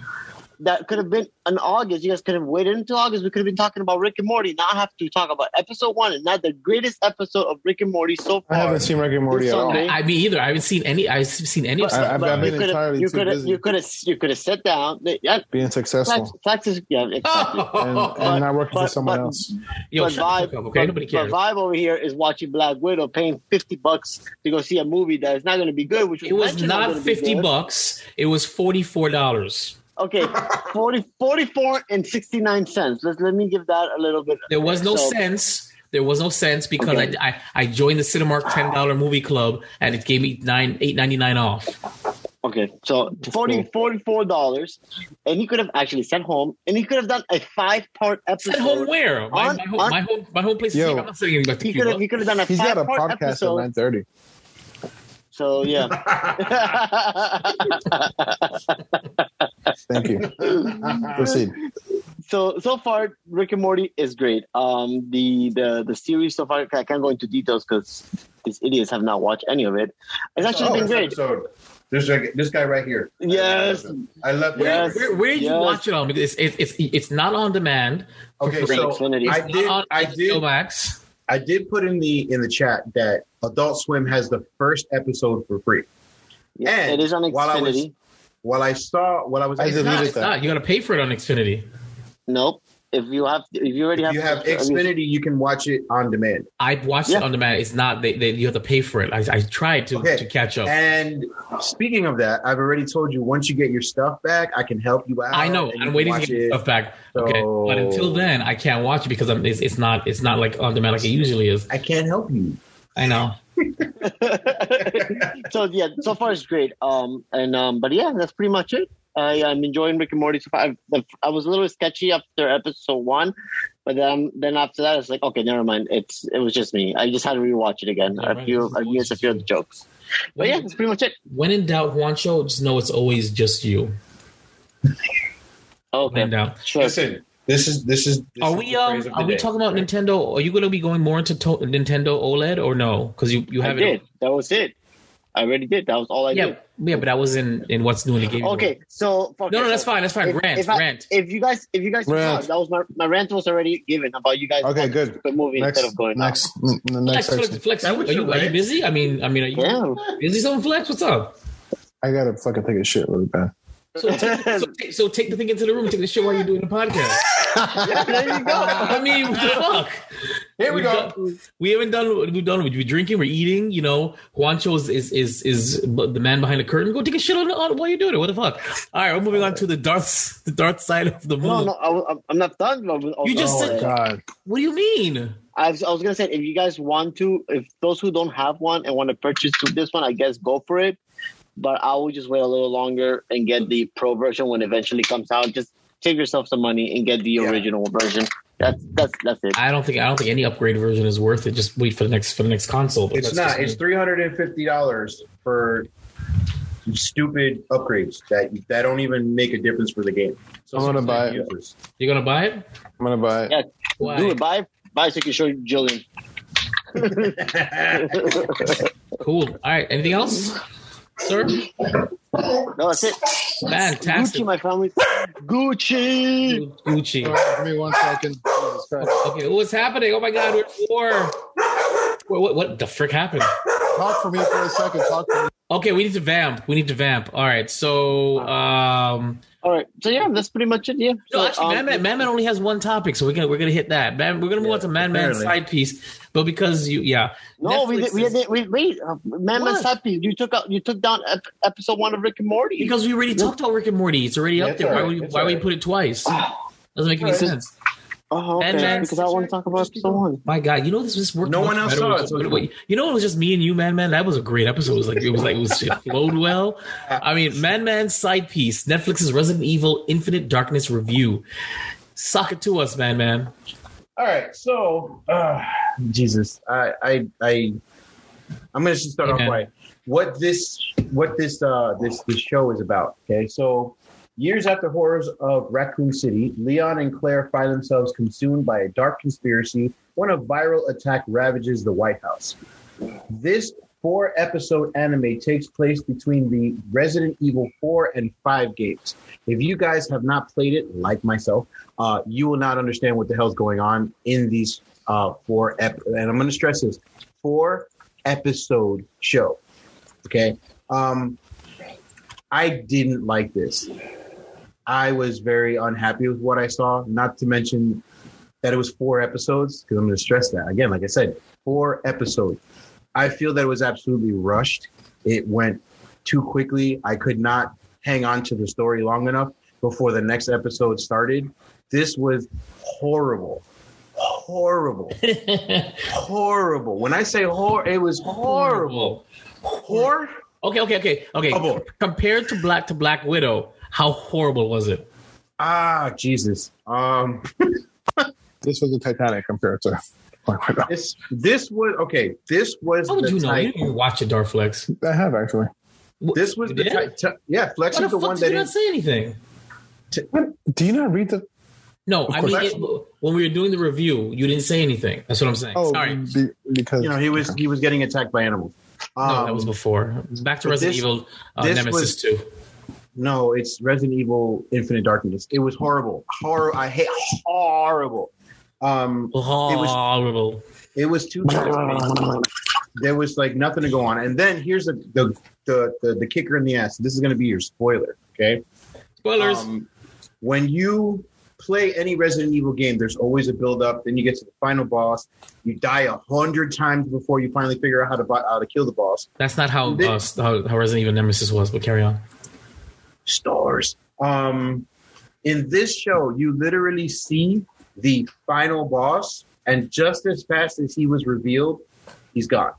Speaker 5: that could have been in August. You guys could have waited until August. We could have been talking about Rick and Morty. Now I have to talk about episode one and not the greatest episode of Rick and Morty so
Speaker 3: I
Speaker 5: far.
Speaker 3: haven't seen Rick and Morty at all.
Speaker 5: Sunday.
Speaker 2: I mean, either I haven't seen any. I've seen any. of
Speaker 3: I- I've-
Speaker 5: But
Speaker 3: I've
Speaker 5: you
Speaker 3: been
Speaker 5: could have-
Speaker 3: entirely
Speaker 5: you
Speaker 3: too
Speaker 5: could have-
Speaker 3: busy.
Speaker 5: You could have you could have sat down. Yeah,
Speaker 3: Being
Speaker 5: Flex,
Speaker 3: successful
Speaker 5: Flex is yeah, exactly.
Speaker 3: and, and
Speaker 5: But-
Speaker 3: not working for
Speaker 5: but-
Speaker 3: someone
Speaker 5: but-
Speaker 3: else.
Speaker 2: Ah! Yo,
Speaker 5: but
Speaker 2: shut the fuck
Speaker 5: vibe,
Speaker 2: up, okay?
Speaker 5: but-
Speaker 2: Nobody
Speaker 5: but
Speaker 2: cares.
Speaker 5: vibe over here is watching Black Widow, paying fifty bucks to go see a movie that is not going to be good. Which
Speaker 2: It was
Speaker 5: mentioned
Speaker 2: not
Speaker 5: gonna be
Speaker 2: fifty
Speaker 5: good.
Speaker 2: bucks. It was forty four dollars.
Speaker 5: Okay, 40, 44 and sixty nine cents. Let let me give that a little bit.
Speaker 2: There was no
Speaker 5: So,
Speaker 2: sense. There was no sense because
Speaker 5: Okay.
Speaker 2: I, I I joined the Cinemark ten dollar movie club and it gave me nine eight ninety nine off.
Speaker 5: Okay, so 40, 44 dollars, and he could have actually sent home, and he could have done a five part episode.
Speaker 2: At home where? My,
Speaker 5: On-
Speaker 2: my, home,
Speaker 5: on-
Speaker 2: my home my home place. is
Speaker 3: Yo.
Speaker 2: here. I'm not sending anybody
Speaker 5: He
Speaker 2: to
Speaker 5: could
Speaker 2: Cuba.
Speaker 5: have he could have done a
Speaker 3: He's got a
Speaker 5: five part
Speaker 3: podcast at
Speaker 5: episode.
Speaker 3: nine thirty.
Speaker 5: So yeah.
Speaker 3: Thank you. Proceed.
Speaker 5: so so far rick and morty is great um the the the series so far i can't go into details because these idiots have not watched any of it it's actually
Speaker 4: Oh,
Speaker 5: been
Speaker 4: this
Speaker 5: great
Speaker 4: episode. This guy- this guy right here.
Speaker 5: Yes.
Speaker 4: I love
Speaker 5: Yes.
Speaker 4: him.
Speaker 2: Where, where did you
Speaker 5: Yes.
Speaker 2: watch it on? Because it's it's it's, it's not on demand.
Speaker 4: Okay,
Speaker 5: Great
Speaker 4: so
Speaker 5: Xfinity.
Speaker 4: I
Speaker 2: It's
Speaker 4: did.
Speaker 2: not on
Speaker 4: I
Speaker 2: HBO
Speaker 4: did.
Speaker 2: Max.
Speaker 4: I did put in the in the chat that Adult Swim has the first episode for free.
Speaker 5: Yeah,
Speaker 4: And
Speaker 5: it is on
Speaker 4: while I was-
Speaker 5: Xfinity.
Speaker 4: While I saw, while I was,
Speaker 3: I
Speaker 2: It's
Speaker 3: deleted
Speaker 2: not,
Speaker 3: that.
Speaker 2: it's not. You got to pay for it on Xfinity.
Speaker 5: nope if you have if you already
Speaker 4: if
Speaker 5: have
Speaker 4: you have
Speaker 5: I mean,
Speaker 4: Xfinity, you can watch it on demand.
Speaker 2: I watched
Speaker 5: Yeah.
Speaker 2: it on demand. It's not. They, they you have to pay for it. I, I tried to
Speaker 4: Okay.
Speaker 2: to catch up.
Speaker 4: And speaking of that, I've already told you once you get your stuff back, I can help you out.
Speaker 2: I know.
Speaker 4: and you
Speaker 2: I'm
Speaker 4: can
Speaker 2: waiting to
Speaker 4: watch
Speaker 2: get my
Speaker 4: it.
Speaker 2: stuff back. Okay,
Speaker 4: So-
Speaker 2: but until then, I can't watch it because I'm, it's, it's not it's not like on demand like it usually is.
Speaker 4: I can't help you.
Speaker 2: I know.
Speaker 5: so yeah, so far it's great. Um, and um, but yeah, that's pretty much it. I, I'm enjoying Rick and Morty. So far, I, the, I was a little sketchy after episode one, but then then after that, it's like okay, never mind. It's it was just me. I just had to rewatch it again.
Speaker 2: Yeah,
Speaker 5: a
Speaker 2: right.
Speaker 5: few, I missed a few of the jokes. But yeah,
Speaker 2: When,
Speaker 5: that's pretty much it.
Speaker 2: when in doubt, Juancho, just know it's always just you. When in
Speaker 5: Okay,
Speaker 2: doubt.
Speaker 5: sure.
Speaker 4: this is this is. This
Speaker 2: Are
Speaker 4: is
Speaker 2: we
Speaker 4: the
Speaker 2: um,
Speaker 4: phrase of the
Speaker 2: are we
Speaker 4: day.
Speaker 2: talking about Nintendo? Are you going to be going more into to- Nintendo OLED or no? Because you you
Speaker 5: I
Speaker 2: have
Speaker 5: did.
Speaker 2: it.
Speaker 5: That was it. I already did. That was all I
Speaker 2: Yeah,
Speaker 5: did.
Speaker 2: yeah, but I was in in what's new in the game.
Speaker 5: Okay, so
Speaker 2: No, no,
Speaker 5: okay,
Speaker 2: that's
Speaker 5: so
Speaker 2: fine. That's fine.
Speaker 5: If-
Speaker 2: rant,
Speaker 5: if I-
Speaker 2: rant.
Speaker 5: If you guys, if you guys,
Speaker 3: Rant.
Speaker 5: that was my, my rant was already given about you guys.
Speaker 3: Okay,
Speaker 5: watching
Speaker 3: good.
Speaker 5: The movie
Speaker 3: Next,
Speaker 5: instead of going out.
Speaker 3: next, n- the next
Speaker 2: Flex, flex,
Speaker 3: section.
Speaker 2: flex.
Speaker 4: That
Speaker 2: You,
Speaker 4: was
Speaker 2: are, you,
Speaker 4: your
Speaker 2: are you
Speaker 4: rant?
Speaker 2: busy? I mean, I mean, are you
Speaker 5: Yeah.
Speaker 2: busy? Something, flex. What's up?
Speaker 3: I gotta fucking take a shit really bad.
Speaker 2: So, take, so, take, so take the thing into the room. Take the shit while you're doing the podcast.
Speaker 5: yeah, there you go.
Speaker 2: I mean, what the fuck.
Speaker 4: Here we
Speaker 2: We've
Speaker 4: go.
Speaker 2: done- we haven't done what we've done. We're drinking, we're eating. You know, Juancho is is is, is the man behind the curtain. Go take a shit on, on while you're doing it. What the fuck? All right, we're moving on to the dark the dark side of the moon.
Speaker 5: No, no, I, I'm- I'm not done. But I was-
Speaker 2: You just
Speaker 5: I was-
Speaker 2: said-
Speaker 3: God,
Speaker 2: What do you mean?
Speaker 5: I was, I was gonna say, if you guys want to, if those who don't have one and want to purchase this one, I guess go for it. But I will just wait a little longer and get the pro version when it eventually comes out. Just save yourself some money and get the
Speaker 4: Yeah.
Speaker 5: original version. That's that's that's it.
Speaker 2: I don't think I don't think any upgrade version is worth it. Just wait for the next for the next console. But
Speaker 4: It's
Speaker 2: that's
Speaker 4: not.
Speaker 2: just me.
Speaker 4: It's three hundred and fifty dollars for stupid upgrades that that don't even make a difference for the game. So
Speaker 3: I'm gonna
Speaker 4: it's
Speaker 3: buy it.
Speaker 4: useless.
Speaker 2: You're gonna buy it?
Speaker 3: I'm gonna buy it.
Speaker 5: Yeah.
Speaker 2: Why?
Speaker 5: Do it. Buy buy so you can show Jillian.
Speaker 2: Cool. All right. Anything else, sir?
Speaker 5: No, that's it.
Speaker 2: Fantastic.
Speaker 5: Gucci, my family. Gucci.
Speaker 2: Gucci.
Speaker 3: All right, give me one second. Jesus Christ.
Speaker 2: Okay, what's happening? Oh my God, we're at war. What, what, what the frick happened?
Speaker 3: Talk for me for a second. Talk for me.
Speaker 2: Okay, we need to vamp. We need to vamp. All right, so um,
Speaker 5: All right. So yeah, that's pretty much it. Yeah.
Speaker 2: No,
Speaker 5: so, um,
Speaker 2: actually, Man Man Man Man only has one topic, so we're gonna we're gonna hit that. Man, we're gonna move
Speaker 4: Yeah,
Speaker 2: on to Man Man's
Speaker 4: apparently.
Speaker 2: side piece, but because you, yeah,
Speaker 5: No, we
Speaker 2: Netflix
Speaker 5: did, we
Speaker 2: is-
Speaker 5: did, we wait. Uh, Man,
Speaker 2: What?
Speaker 5: Man's happy. You took out you took down ep- episode one of Rick and Morty.
Speaker 2: because we already talked about Rick and Morty. It's already
Speaker 4: Yeah,
Speaker 2: up
Speaker 4: it's
Speaker 2: there. Why
Speaker 4: alright,
Speaker 2: would you,
Speaker 4: it's
Speaker 2: why would you
Speaker 4: alright. Ah,
Speaker 2: put it twice?
Speaker 5: oh,
Speaker 2: Doesn't make any
Speaker 5: Alright.
Speaker 2: sense.
Speaker 5: okay.
Speaker 2: Man, Man,
Speaker 5: because I want to talk about episode one.
Speaker 2: My God, you know this this worked.
Speaker 4: No
Speaker 2: much
Speaker 4: one else
Speaker 2: better
Speaker 4: saw
Speaker 2: with-
Speaker 4: it, so-
Speaker 2: with- with- you know, it was just me and you, Man Man. That was a great episode. It was like it was like it, was, it flowed well. I mean, Man Man's side piece, Netflix's Resident Evil Infinite Darkness review. Suck it to us, Man Man.
Speaker 4: All right, so uh, Jesus, I, I, I, I'm gonna just start
Speaker 2: Amen.
Speaker 4: off by what this, what this, uh, this, this show is about. Okay, so years after horrors of Raccoon City, Leon and Claire find themselves consumed by a dark conspiracy when a viral attack ravages the White House. This four-episode anime takes place between the Resident Evil four and five games. If you guys have not played it, like myself uh, you will not understand what the hell's going on in these uh, four ep- and I'm going to stress this four episode show. Okay, um, I didn't like this. I was very unhappy with what I saw. Not to mention that it was four episodes because I'm going to stress that again. Like I said, four episodes. I feel that it was absolutely rushed. It went too quickly. I could not hang on to the story long enough before the next episode started this was horrible horrible horrible when i say horror it was horrible horror
Speaker 2: Okay, okay, okay, okay.
Speaker 4: Horrible.
Speaker 2: Compared to Black to Black Widow, how horrible was it?
Speaker 4: ah jesus um
Speaker 3: This was the Titanic compared to.
Speaker 4: this this was okay this was
Speaker 2: How would
Speaker 4: the
Speaker 2: you know?
Speaker 4: type-
Speaker 2: You didn't even watch it, Darflex.
Speaker 3: I have actually.
Speaker 4: this was
Speaker 2: You
Speaker 4: the
Speaker 2: did?
Speaker 4: type, t- yeah flex
Speaker 2: Why the
Speaker 4: is the
Speaker 2: fuck
Speaker 4: one
Speaker 2: did
Speaker 4: that
Speaker 2: you not
Speaker 4: is
Speaker 2: say anything?
Speaker 3: Do you not read the?
Speaker 2: No,
Speaker 3: Of
Speaker 2: I
Speaker 3: course.
Speaker 2: mean, it, when we were doing the review, you didn't say anything. That's what I'm saying.
Speaker 3: Oh,
Speaker 2: Sorry. No,
Speaker 3: be- because
Speaker 4: you know he was he was getting attacked by animals um,
Speaker 2: that was before. Back to
Speaker 4: but
Speaker 2: Resident
Speaker 4: this-
Speaker 2: Evil uh,
Speaker 4: this
Speaker 2: Nemesis
Speaker 4: was-
Speaker 2: 2.
Speaker 4: No, it's Resident Evil Infinite Darkness. It was horrible. Horror. I hate horrible. Um, was-
Speaker 2: Horrible.
Speaker 4: it was too. there was like nothing to go on. And then here's the the the, the, the kicker in the ass. This is going to be your spoiler. Okay.
Speaker 2: Spoilers.
Speaker 4: Um, when you play any Resident Evil game, there's always a build up. Then you get to the final boss. You die a hundred times before you finally figure out how to bu- how to kill the boss.
Speaker 2: That's not how,
Speaker 4: thi-
Speaker 2: uh, how how Resident Evil Nemesis was, but carry on.
Speaker 4: stars. Um, in this show, you literally see the final boss, and just as fast as he was revealed, he's gone.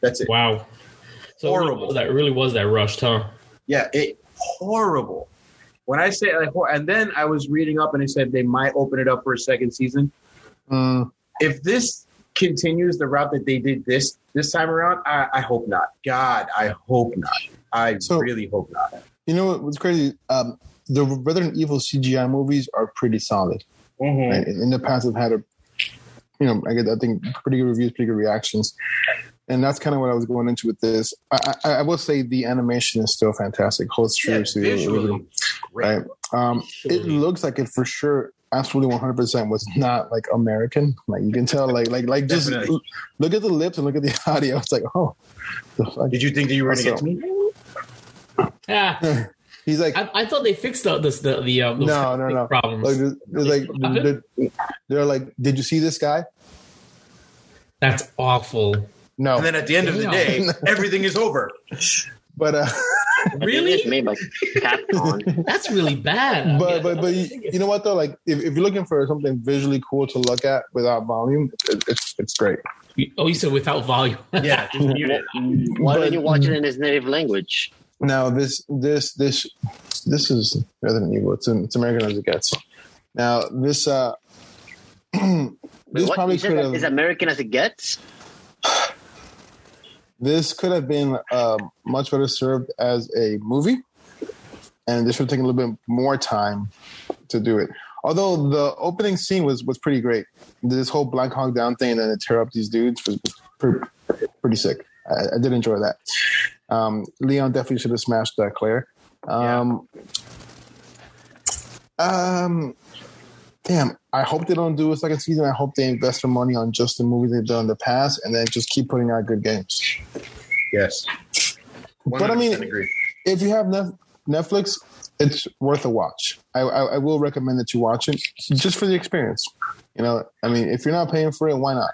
Speaker 4: That's it.
Speaker 2: Wow. So
Speaker 4: Horrible.
Speaker 2: That really was that rushed, huh?
Speaker 4: Yeah, it horrible. When I say like, hor- and then I was reading up, and it said they might open it up for a second season.
Speaker 3: Mm,
Speaker 4: If this continues the route that they did this this time around, I, I hope not. God, I hope not. I
Speaker 3: So-
Speaker 4: really hope not.
Speaker 3: you know what- what's crazy? Um, the Resident Evil CGI movies are pretty solid. right? In, in the past, I've had a, you know, I get I think pretty good reviews, pretty good reactions, and that's kind of what I was going into with this. I, I, I will say the animation is still fantastic, holds true
Speaker 4: Yeah,
Speaker 3: to the original,
Speaker 4: visually, great.
Speaker 3: right? Um, it looks like it for sure. Absolutely, one hundred percent was not like American. Like you can tell, like like like just
Speaker 4: Definitely.
Speaker 3: l- look at the lips and look at the audio. It's like, oh, the fuck?
Speaker 4: Did you think that you were going to get
Speaker 3: Also-
Speaker 4: to me?
Speaker 2: Ah,
Speaker 3: he's like,
Speaker 2: I, I thought they fixed the the the, the um, those
Speaker 3: no, no,
Speaker 2: big
Speaker 3: no.
Speaker 2: problems.
Speaker 3: Like, it's like they're, they're like, did you see this guy?
Speaker 2: That's awful.
Speaker 3: No,
Speaker 4: And then at the end of the
Speaker 2: Damn.
Speaker 4: day, everything is over.
Speaker 3: but uh,
Speaker 5: It's
Speaker 2: Really?
Speaker 5: made by Capcom.
Speaker 2: That's really bad. I
Speaker 3: but
Speaker 2: mean,
Speaker 3: but but you, you know what though? Like if, if you're looking for something visually cool to look at without volume, it, it's it's great.
Speaker 2: oh, you said without volume.
Speaker 4: Yeah. just mute it.
Speaker 5: Why
Speaker 3: But-
Speaker 5: don't you watch it in his native language?
Speaker 3: Now this this this this is Resident Evil. It's it's American as it gets. Now this uh
Speaker 5: Wait,
Speaker 3: this
Speaker 5: what?
Speaker 3: probably
Speaker 5: You said
Speaker 3: could
Speaker 5: that
Speaker 3: have
Speaker 5: It's American as it gets.
Speaker 3: this could have been um much better served as a movie, and this should have taken a little bit more time to do it. Although the opening scene was was pretty great. This whole Black Hawk Down thing and then they tear up these dudes was pretty, pretty sick. I, I did enjoy that. Um, Leon definitely should have smashed that Claire. Um, um, damn. I hope they don't do a second season. I hope they invest their money on just the movies they've done in the past, and then just keep putting out good games.
Speaker 4: Yes.
Speaker 3: But I mean-
Speaker 4: 100% agree.
Speaker 3: if you have Nef- Netflix, it's worth a watch. I, I, I will recommend that you watch it just for the experience. You know, I mean, if you're not paying for it, why not?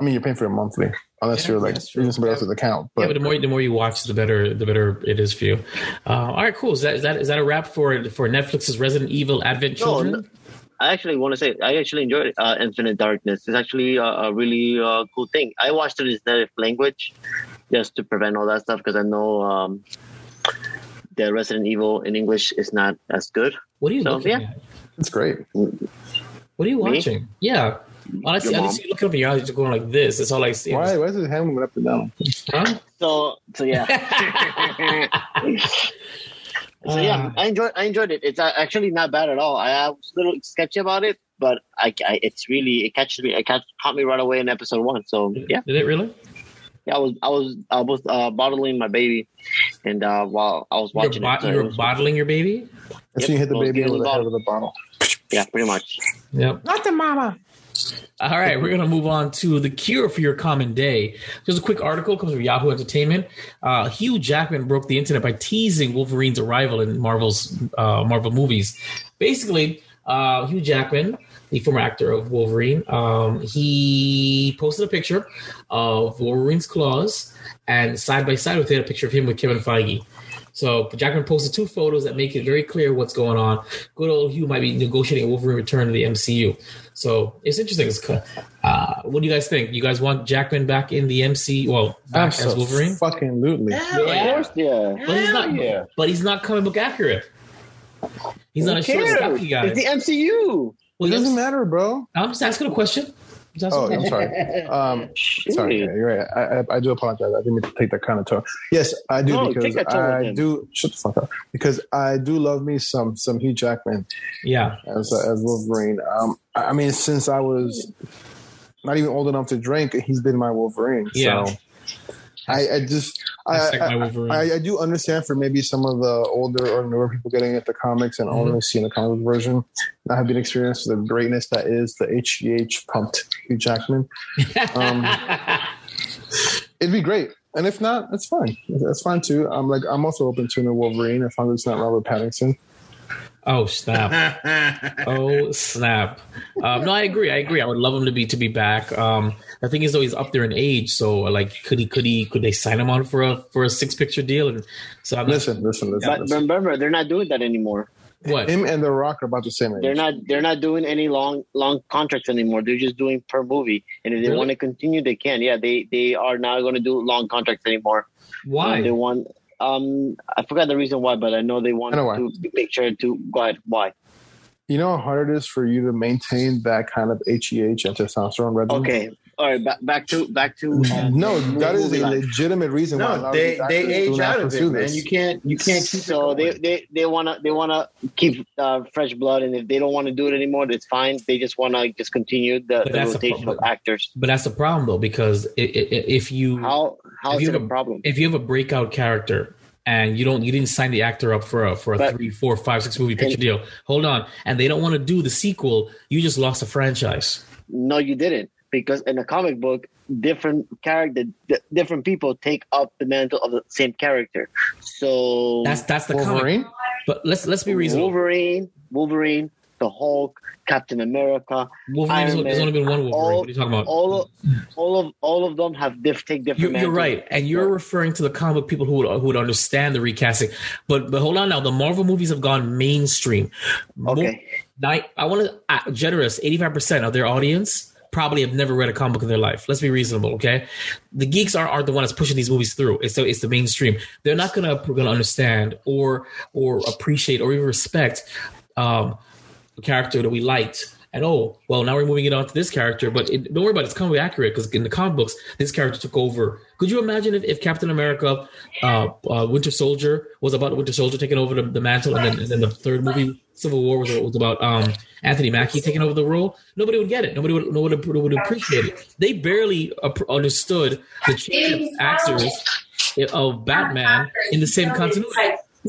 Speaker 3: I mean, you're paying for it monthly, unless
Speaker 2: Yeah,
Speaker 3: you're like
Speaker 2: that's true.
Speaker 3: using somebody else's account.
Speaker 2: yeah, but the more the more you watch, the better the better it is for you. Uh, all right, cool. Is that is that is that a wrap for for Netflix's Resident Evil Advent
Speaker 5: No,
Speaker 2: Children?
Speaker 5: no. I actually want to say I actually enjoyed uh, Infinite Darkness. It's actually a, a really uh, cool thing. I watched it in native language just to prevent all that stuff because I know um, the Resident Evil in English is not as good.
Speaker 2: What are you
Speaker 5: So,
Speaker 2: looking
Speaker 5: yeah.
Speaker 2: at?
Speaker 3: it's great.
Speaker 2: What are you
Speaker 5: Me?
Speaker 2: watching? Yeah. Honestly,
Speaker 5: Your
Speaker 2: I
Speaker 5: mom.
Speaker 2: just see you looking up and your eyes are going like this. That's all I see.
Speaker 3: Why why is his hand moving up and down?
Speaker 2: Huh?
Speaker 5: So so yeah. so yeah, I enjoyed I enjoyed it. It's uh, actually not bad at all. I, I was a little sketchy about it, but I, I it's really it catches me. It catch, caught me right away in episode one. So yeah.
Speaker 2: Did it really?
Speaker 5: Yeah, I was I was I was uh, bottling my baby, and uh, while I was
Speaker 2: You're,
Speaker 5: watching
Speaker 2: bo-
Speaker 5: it, so it
Speaker 2: you're
Speaker 5: was-
Speaker 2: bottling your baby?
Speaker 3: That's
Speaker 5: Yep,
Speaker 3: when you hit the
Speaker 5: well,
Speaker 3: baby
Speaker 5: give it
Speaker 3: with
Speaker 5: a
Speaker 3: the head
Speaker 5: bottle.
Speaker 3: of the bottle.
Speaker 5: yeah, pretty much.
Speaker 2: Yep.
Speaker 6: Not the mama.
Speaker 2: All right, we're going to move on to the cure for your common day. There's a quick article comes from Yahoo Entertainment. Uh, Hugh Jackman broke the internet by teasing Wolverine's arrival in Marvel's uh, Marvel movies. Basically, uh, Hugh Jackman, the former actor of Wolverine, um, he posted a picture of Wolverine's claws, and side by side with it, a picture of him with Kevin Feige. So Jackman posted two photos that make it very clear what's going on. Good old Hugh might be negotiating a Wolverine return to the MCU. So it's interesting. It's, uh, what do you guys think? You guys want Jackman back in the MCU? Well, back as Wolverine,
Speaker 3: fucking lootly.
Speaker 4: Hell
Speaker 2: Yeah.
Speaker 5: Of course, yeah.
Speaker 2: but he's not.
Speaker 4: yeah.
Speaker 2: But he's not comic book accurate. He's not
Speaker 5: Who
Speaker 2: a short,
Speaker 5: cares?
Speaker 2: stocky guy.
Speaker 5: It's the MCU.
Speaker 2: well,
Speaker 3: It
Speaker 2: yes.
Speaker 3: doesn't matter, bro.
Speaker 2: I'm just asking a question. I'm just asking a
Speaker 3: Oh,
Speaker 2: question.
Speaker 3: I'm sorry. Um,
Speaker 5: Shit.
Speaker 3: Sorry, yeah, you're right. I, I, I do apologize. I didn't mean to take that kind of tone. Yes, I do
Speaker 5: No, take
Speaker 3: because
Speaker 5: that tone with
Speaker 3: I
Speaker 5: him.
Speaker 3: do shut the fuck up because I do love me some some Hugh Jackman
Speaker 2: Yeah,
Speaker 3: as uh, as Wolverine. Um, I I mean, since I was not even old enough to drink, he's been my Wolverine.
Speaker 2: Yeah.
Speaker 3: So I, I just I,
Speaker 2: Hashtag my
Speaker 3: I,
Speaker 2: Wolverine.
Speaker 3: I, I do understand for maybe some of the older or newer people getting into comics
Speaker 2: Mm-hmm.
Speaker 3: and only seeing the comic book version, not having experienced the greatness that is the HGH pumped Hugh Jackman. Um, it'd be great. And if not, that's fine. That's fine too. I'm like I'm also open to a new Wolverine if I'm it's not Robert Pattinson.
Speaker 2: oh snap. Oh snap! Um, no, I agree. I agree. I would love him to be to be back. Um, the thing is, though, he's up there in age, so like, could he? Could he? Could they sign him on for a for a six picture deal? And so I'm not,
Speaker 3: Listen, listen, listen.
Speaker 5: But
Speaker 3: listen.
Speaker 5: remember, they're not doing that anymore.
Speaker 2: what?
Speaker 3: Him and The Rock are about the same age.
Speaker 5: They're not. They're not doing any long, long contracts anymore. They're just doing per movie, and if they
Speaker 2: Really?
Speaker 5: want to continue, they can. Yeah, they they are not going to do long contracts anymore.
Speaker 2: Why?
Speaker 5: They want. Um, I forgot the reason why, but I know they want
Speaker 3: I know why.
Speaker 5: to make sure to go ahead. Why?
Speaker 3: You know how hard it is for you to maintain that kind of HEH and testosterone regimen.
Speaker 5: Okay. All right. Back, back to back to. uh,
Speaker 3: No, that is
Speaker 5: movie
Speaker 3: a
Speaker 5: life.
Speaker 3: legitimate reason why. a
Speaker 4: no,
Speaker 3: lot
Speaker 4: they
Speaker 3: of these
Speaker 4: they
Speaker 3: actors do
Speaker 4: age
Speaker 3: not
Speaker 4: out of it,
Speaker 3: pursue
Speaker 4: man.
Speaker 3: this.
Speaker 4: You can't you can't keep it
Speaker 5: so they,
Speaker 4: going.
Speaker 5: they they wanna they wanna keep uh, fresh blood, and if they don't want to do it anymore, that's fine. They just wanna just continue the,
Speaker 2: But
Speaker 5: the
Speaker 2: that's a
Speaker 5: rotation of
Speaker 2: problem.
Speaker 5: actors.
Speaker 2: but that's the problem, though, because i- i- i- if you
Speaker 5: How how
Speaker 2: If
Speaker 5: is
Speaker 2: you
Speaker 5: it a
Speaker 2: have a-
Speaker 5: problem?
Speaker 2: if you have a breakout character and you don't you didn't sign the actor up for a for a
Speaker 5: But-
Speaker 2: three four five six movie picture deal, hold on, and they don't want to do the sequel, you just lost a franchise.
Speaker 5: No, you didn't, because in a comic book, different character, di- different people take up the mantle of the same character. So
Speaker 2: That's that's the comic.
Speaker 3: Wolverine.
Speaker 2: But let's let's be reasonable.
Speaker 5: Wolverine, Wolverine, the Hulk, Captain America,
Speaker 2: Wolverine, there's,
Speaker 5: Iron
Speaker 2: there's
Speaker 5: Man,
Speaker 2: only been one Wolverine.
Speaker 5: all-
Speaker 2: what are you talking about?
Speaker 5: all of all of all of them have diff- take different.
Speaker 2: You're, you're
Speaker 5: mantles.
Speaker 2: right, and you're
Speaker 5: Yeah.
Speaker 2: referring to the comic people who would who would understand the recasting. But but hold on now, the Marvel movies have gone mainstream. Mo-
Speaker 5: Okay.
Speaker 2: ni- I want to uh, generous eighty five percent of their audience probably have never read a comic book in their life. Let's be reasonable, okay? The geeks aren't, aren't the one that's pushing these movies through. It's the it's the mainstream. They're not gonna gonna understand or or appreciate or even respect um, a character that we liked. And oh, well, now we're moving it on to this character, but it, don't worry about it. It's comic accurate because in the comic books, this character took over. Could you imagine if, if Captain America, uh, uh, Winter Soldier, was about Winter Soldier taking over the, the mantle, and then, and then the third movie, Civil War, was, was about um, Anthony Mackie taking over the role? Nobody would get it. Nobody would, nobody would, would appreciate it. They barely ap- understood the change of actors eh, of Batman in the same continuity.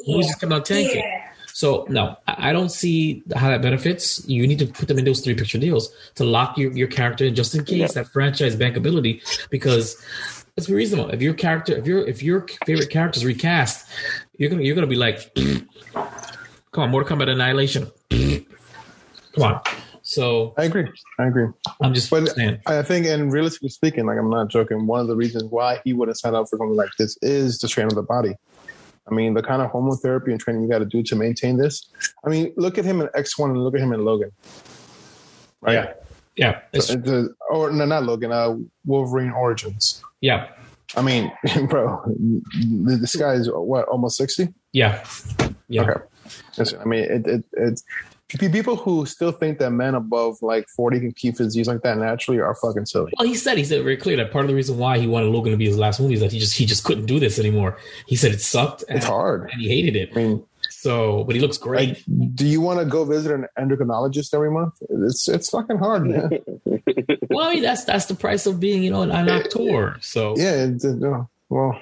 Speaker 2: Movies just come out tanking. So no, I I don't see how that benefits. You need to put them in those three picture deals to lock your, your character in just in case that franchise bankability because let's be reasonable. If your character if your if your favorite character is recast, you're gonna you're gonna be like Come on, Mortal Kombat Annihilation. Come on. So
Speaker 3: I agree. I agree.
Speaker 2: I'm just
Speaker 3: But-
Speaker 2: saying.
Speaker 3: I think, and realistically speaking, like I'm not joking, one of the reasons why he wouldn't sign up for something like this is the strain of the body. I mean, the kind of homotherapy and training you got to do to maintain this. I mean, look at him in X1 and look at him in Logan. Right?
Speaker 4: Yeah.
Speaker 2: Yeah, it's,
Speaker 3: It's a- or no, not Logan, uh, Wolverine Origins.
Speaker 2: yeah,
Speaker 3: I mean, bro, this guy is what, almost 60?
Speaker 2: yeah, yeah.
Speaker 3: Okay. That's- I mean, it, it, it's pe- people who still think that men above like 40 can keep physiques like that naturally are fucking silly.
Speaker 2: Well, he said he said very clear that part of the reason why he wanted Logan to be his last movie is that he just he just couldn't do this anymore. He said it sucked and,
Speaker 3: It's hard.
Speaker 2: and he hated it.
Speaker 3: I mean,
Speaker 2: So, but he looks great.
Speaker 3: like, do you want to go visit an endocrinologist every month? It's it's fucking hard, man.
Speaker 2: well, I mean, that's that's the price of being, you know, an, an actor. So,
Speaker 3: yeah. It, it- no. well,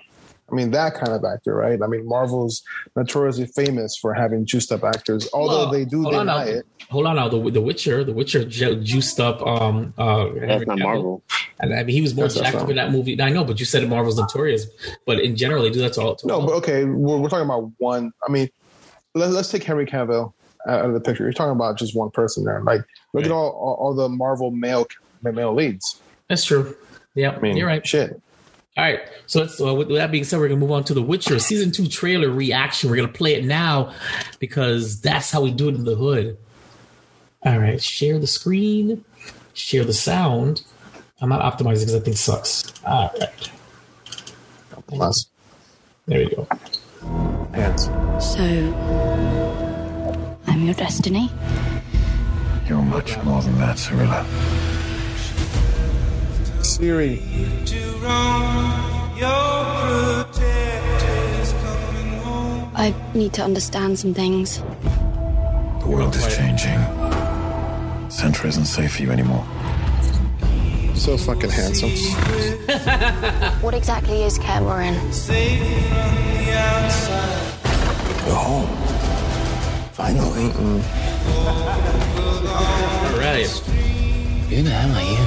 Speaker 3: I mean that kind of actor, right? I mean, Marvel's notoriously famous for having juiced up actors, although
Speaker 2: Well,
Speaker 3: they do
Speaker 2: hold on
Speaker 3: deny
Speaker 2: now.
Speaker 3: it.
Speaker 2: hold on now. The, the Witcher, the Witcher ju- juiced up. Um, uh, Henry
Speaker 5: That's not
Speaker 2: Cavill.
Speaker 5: Marvel.
Speaker 2: And I mean, he was more
Speaker 3: That's not
Speaker 2: jacked up
Speaker 3: Marvel.
Speaker 2: in that movie. I know, but you said Marvel's notorious. But in general, they do that to all. To
Speaker 3: No,
Speaker 2: all-
Speaker 3: but okay, we're, we're talking about one. I mean, let, let's take Henry Cavill out of the picture. You're talking about just one person there. Like, look
Speaker 2: Right.
Speaker 3: at all, all all the Marvel male male leads.
Speaker 2: that's true. Yeah,
Speaker 3: I mean,
Speaker 2: you're right.
Speaker 3: Shit.
Speaker 2: All right. So let's, uh, with that being said, we're going to move on to the Witcher season two trailer reaction. We're going to play it now because that's how we do it in the hood. All right. Share the screen, share the sound. I'm not optimizing because that thing sucks. All right.
Speaker 3: Plus,
Speaker 2: There we go.
Speaker 3: hands.
Speaker 6: So, I'm your destiny.
Speaker 7: You're much more than that, Cirilla.
Speaker 3: Siri.
Speaker 6: I need to understand some things.
Speaker 7: The world is changing. Centra isn't safe for you anymore.
Speaker 3: So fucking handsome.
Speaker 6: What exactly is Kerberin?
Speaker 7: Go home. Finally.
Speaker 2: All right.
Speaker 7: Who the hell are you?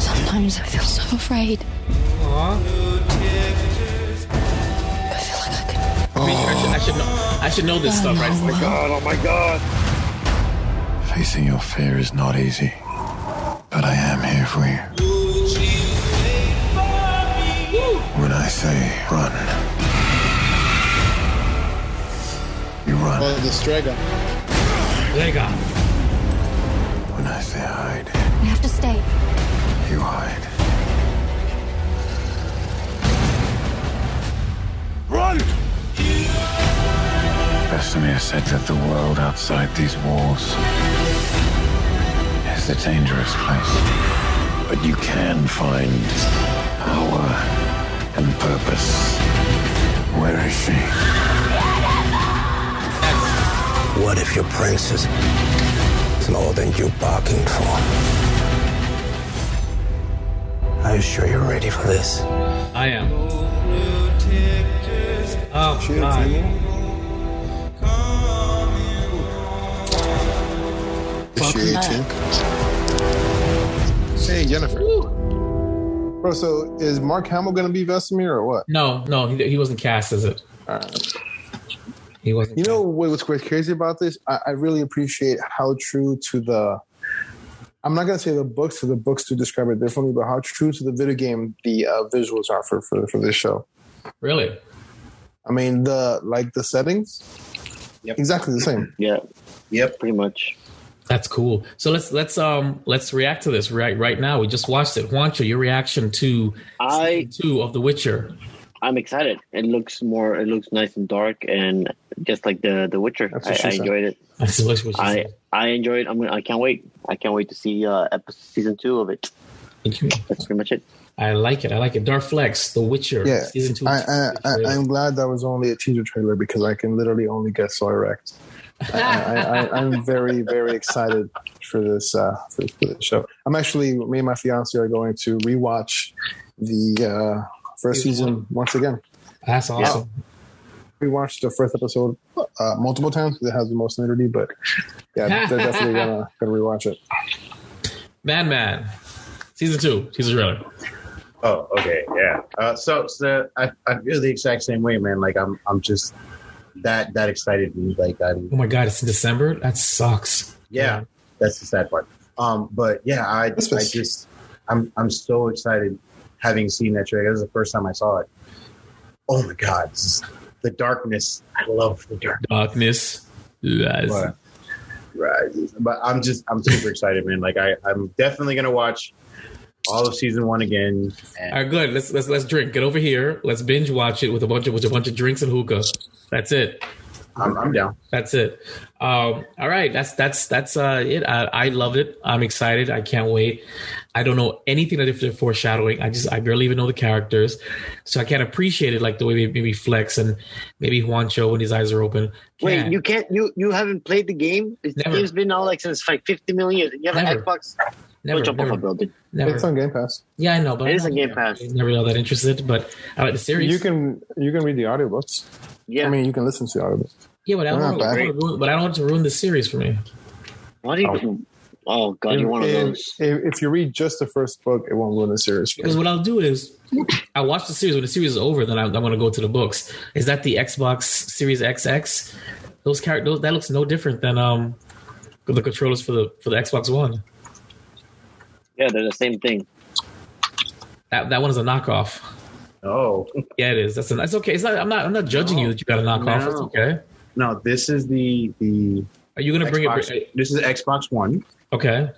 Speaker 6: Sometimes I feel so afraid. I feel like I could
Speaker 2: I, mean, I, should, I, should know, I should know this stuff, right? It's like,
Speaker 5: God, oh my God.
Speaker 7: Facing your fear is not easy. But I am here for you. When I say run, you
Speaker 3: Oh,
Speaker 7: run.
Speaker 3: the Strega.
Speaker 2: there you go.
Speaker 7: When I say hide,
Speaker 6: We have to stay.
Speaker 7: you hide. Run! Vesemir said that the world outside these walls is a dangerous place. But you can find power and purpose. Where is she?
Speaker 1: What if your princess is more than you bargained for? Are you sure you're ready for this?
Speaker 2: I am. Oh, God.
Speaker 3: Is she 18? Hey, Jennifer. Bro, so is Mark Hamill going to be Vesemir or what?
Speaker 2: No, no, he, he wasn't cast as it. He wasn't.
Speaker 3: You know what was quite crazy about this? I, I really appreciate how true to the. I'm not gonna say the books, so the books do describe it differently, but how true to the video game the uh, visuals are for, for for this show.
Speaker 2: really?
Speaker 3: I mean, the like the settings,
Speaker 4: Yep.
Speaker 3: exactly the same.
Speaker 5: Yeah,
Speaker 4: Yep.
Speaker 5: pretty much.
Speaker 2: That's cool. So let's let's um let's react to this right right now. We just watched it. Juancho, your reaction to
Speaker 5: I
Speaker 2: season two of The Witcher.
Speaker 5: I'm excited. It looks more. It looks nice and dark, and just like the The Witcher.
Speaker 3: That's
Speaker 5: I,
Speaker 3: what she
Speaker 5: I
Speaker 3: said.
Speaker 5: enjoyed it.
Speaker 2: That's what she
Speaker 5: I
Speaker 2: said.
Speaker 5: I enjoyed. I'm. gonna- I can't wait. I can't wait to see uh episode, season two of it.
Speaker 2: Thank you.
Speaker 5: That's pretty much it.
Speaker 2: I like it. I like it. Dark Flex, The Witcher,
Speaker 3: Yeah,
Speaker 2: season two.
Speaker 3: I, I, I I'm glad that was only a teaser trailer because I can literally only get so erect. I, I, I, I'm very very excited for this uh, for, for this show. I'm actually me and my fiance are going to rewatch the uh, first
Speaker 2: Season
Speaker 3: season once again.
Speaker 2: That's awesome.
Speaker 3: we watched the first episode uh, multiple times because it has the most nudity, but yeah, they're definitely gonna, gonna rewatch it.
Speaker 2: Madman, season two, season trailer.
Speaker 4: Oh, okay, yeah. Uh, so, so I, I feel the exact same way, man. Like I'm, I'm just that that excited me. Like I'm
Speaker 2: Oh my god, it's in December. That sucks.
Speaker 4: yeah, that's the sad part. Um, but yeah, I, I
Speaker 3: Christmas.
Speaker 4: just I'm I'm so excited having seen that trailer. It was the first time I saw it. Oh my god, this is- the darkness! I love the dark
Speaker 2: Darkness. Lies.
Speaker 4: But, rises. But I'm just I'm super excited, man. Like I I'm definitely gonna watch all of season one again.
Speaker 2: All
Speaker 4: And
Speaker 2: right, good. Let's let's let's drink. Get over here. Let's binge watch it with a bunch of with a bunch of drinks and hookah. That's it.
Speaker 4: I'm, I'm down.
Speaker 2: That's it. Um, all right, that's that's that's uh, it. I, I love it. I'm excited. I can't wait. I don't know anything that if they're foreshadowing. I just I barely even know the characters, so I can't appreciate it like the way maybe Flex and maybe Juancho when his eyes are open.
Speaker 5: Wait,
Speaker 2: can.
Speaker 5: you can't you you haven't played the game? It's- The
Speaker 2: Never.
Speaker 5: game's been out like since like 50 million years. You have
Speaker 2: Never.
Speaker 5: an Xbox?
Speaker 2: never,
Speaker 5: Don't jump off a
Speaker 2: never,
Speaker 5: building.
Speaker 2: never.
Speaker 3: It's on Game Pass.
Speaker 2: yeah, I know, but
Speaker 5: It is
Speaker 2: I'm
Speaker 5: a Game Pass.
Speaker 2: Never all that interested, but I like the series.
Speaker 3: You can you can read the audiobooks.
Speaker 5: Yeah.
Speaker 3: I mean, you can listen to the audiobooks.
Speaker 2: yeah, but I don't,
Speaker 3: They're
Speaker 2: want
Speaker 3: not
Speaker 2: to,
Speaker 3: bad.
Speaker 2: ruin, but I don't want to ruin the series for me.
Speaker 5: what do you? Oh God, you're one of
Speaker 3: If,
Speaker 5: those.
Speaker 3: if, if you read just the first book, it won't ruin the series. for
Speaker 2: Because
Speaker 3: you.
Speaker 2: what I'll do is, I watch the series. When the series is over, then I, I want to go to the books. Is that the Xbox Series XX? Those characters that looks no different than um the controllers for the for the Xbox One.
Speaker 5: Yeah, they're the same thing.
Speaker 2: That that one is a knockoff.
Speaker 4: Oh
Speaker 2: Yeah, it is. That's a, that's okay. It's not. I'm not. I'm not judging you that you got a knockoff. It's
Speaker 4: No.
Speaker 2: okay.
Speaker 4: no, this is the the
Speaker 2: Are you gonna bring
Speaker 4: Xbox,
Speaker 2: it?
Speaker 4: this is Xbox One
Speaker 2: Okay,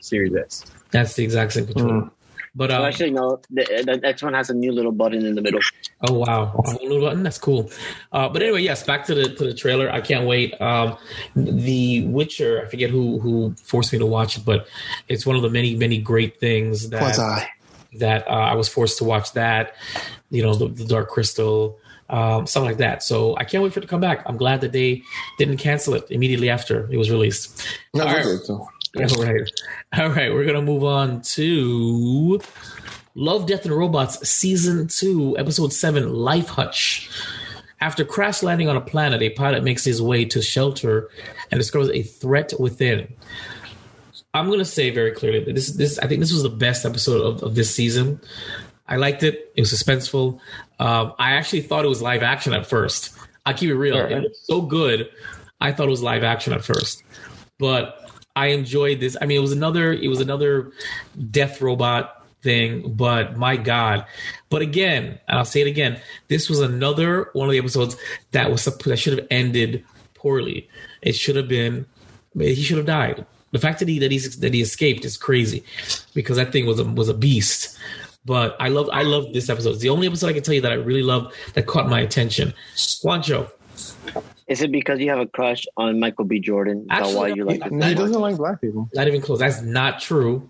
Speaker 4: Series S.
Speaker 2: that's the exact same
Speaker 4: Hmm.
Speaker 2: controller. But
Speaker 5: Well,
Speaker 2: um,
Speaker 5: actually, no. The, the X one has a new little button in the middle.
Speaker 2: Oh wow, a whole new button. That's cool. Uh, but anyway, yes, back to the to the trailer. I can't wait. Um, the Witcher. I forget who who forced me to watch it, but it's one of the many many great things that
Speaker 3: Was I?
Speaker 2: that uh, I was forced to watch. That you know, the, the Dark Crystal, um, something like that. So I can't wait for it to come back. I'm glad that they didn't cancel it immediately after it was released.
Speaker 3: No,
Speaker 2: All
Speaker 3: they
Speaker 2: right.
Speaker 3: did, so.
Speaker 2: All right. All right. We're going to move on to Love, Death, and Robots Season 2, Episode 7 Life Hutch. After crash landing on a planet, a pilot makes his way to shelter and discovers a threat within. I'm going to say very clearly that this, this, I think this was the best episode of, of this season. I liked it. It was suspenseful. Um, I actually thought it was live action at first. I keep it real. It was so good. I thought it was live action at first, but I enjoyed this. I mean, it was another. It was another death robot thing, but my god! But again, and I'll say it again. This was another one of the episodes that was supp- that should have ended poorly. It should have been. He should have died. The fact that he that he that he escaped is crazy, because that thing was a, was a beast. But I love I love this episode. It's the only episode I can tell you that I really love that caught my attention. Juancho.
Speaker 5: Is it because you have a crush on Michael B. Jordan? Is that
Speaker 2: Actually,
Speaker 5: why you like
Speaker 2: I-
Speaker 5: it?
Speaker 3: No, he
Speaker 5: that much?
Speaker 3: doesn't like black people.
Speaker 2: Not even close. That's not true.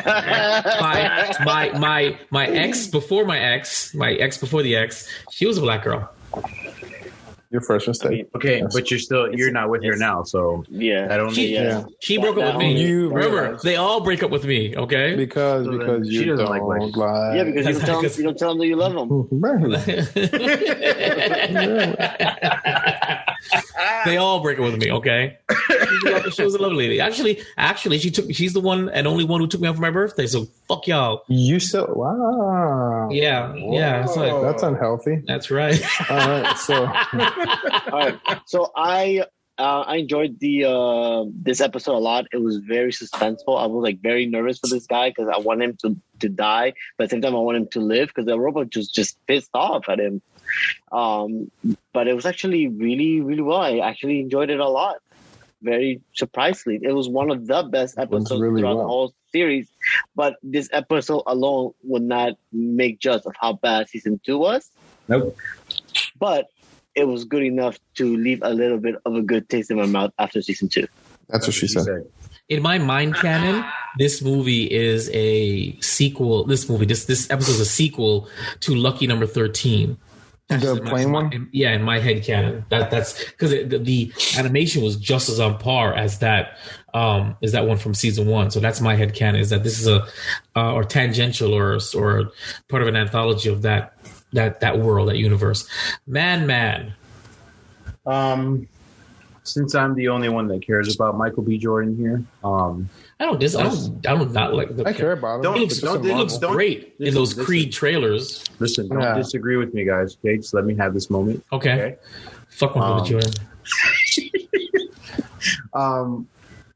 Speaker 2: My my my my ex before my ex, my ex before the ex, she was a black girl.
Speaker 3: Your first mistake.
Speaker 4: Okay, but you're still you're not with her now, so
Speaker 5: Yeah,
Speaker 4: I don't.
Speaker 2: She-
Speaker 5: yeah.
Speaker 3: yeah.
Speaker 2: She broke up with me.
Speaker 3: You
Speaker 2: Remember,
Speaker 3: realize-
Speaker 2: they all break up with me. Okay.
Speaker 3: Because
Speaker 4: So then
Speaker 3: because
Speaker 4: she
Speaker 3: you
Speaker 4: doesn't
Speaker 3: don't
Speaker 4: like
Speaker 3: like,
Speaker 4: black people.
Speaker 5: Yeah, because you don't tell them, you don't tell them that you love them.
Speaker 2: they all break up with me. Okay. She was a- she was a lovely lady. Actually, actually, she took. She's the one and only one who took me out for my birthday. So fuck y'all.
Speaker 3: you still wow.
Speaker 2: Yeah, yeah. It's like,
Speaker 3: That's unhealthy.
Speaker 2: that's right.
Speaker 3: All right, so
Speaker 5: All right. So I uh, I enjoyed the uh, this episode a lot. It was very suspenseful. I was like very nervous for this guy because I want him to to die, but at the same time I want him to live because the robot just just pissed off at him. Um, but it was actually really really well. I actually enjoyed it a lot. Very surprisingly, it was one of the best episodes
Speaker 3: really
Speaker 5: throughout
Speaker 3: well.
Speaker 5: the whole series. But this episode alone would not make justice of how bad season two was
Speaker 4: Nope.
Speaker 5: but it was good enough to leave a little bit of a good taste in my mouth after season two.
Speaker 3: that's what she said.
Speaker 2: in my mind canon, this movie is a sequel. This movie, this this episode is a sequel to Lucky Number Thirteen.
Speaker 3: The
Speaker 2: In my-
Speaker 3: plain one.
Speaker 2: in- yeah, in my head canon, that that's because the, the animation was just as on par as that um is that one from season one. So that's my head canon is that this is a uh, or tangential or or part of an anthology of that that that world that universe. Man, man,
Speaker 4: Um, since I'm the only one that cares about Michael B. Jordan here, um,
Speaker 2: I don't dis. I don't. I don't not like. The,
Speaker 3: I care about him.
Speaker 2: It
Speaker 4: Don't-
Speaker 2: looks,
Speaker 3: It's just a
Speaker 4: don't-
Speaker 2: it looks
Speaker 3: Marvel.
Speaker 4: don't-
Speaker 2: great in
Speaker 4: listen,
Speaker 2: those
Speaker 4: listen.
Speaker 2: Creed trailers.
Speaker 4: listen, don't
Speaker 3: Yeah.
Speaker 4: disagree with me, guys. Okay, just let me have this moment.
Speaker 2: Okay.
Speaker 4: Okay.
Speaker 2: Fuck my
Speaker 4: Um,
Speaker 2: brother Jordan.
Speaker 4: Um,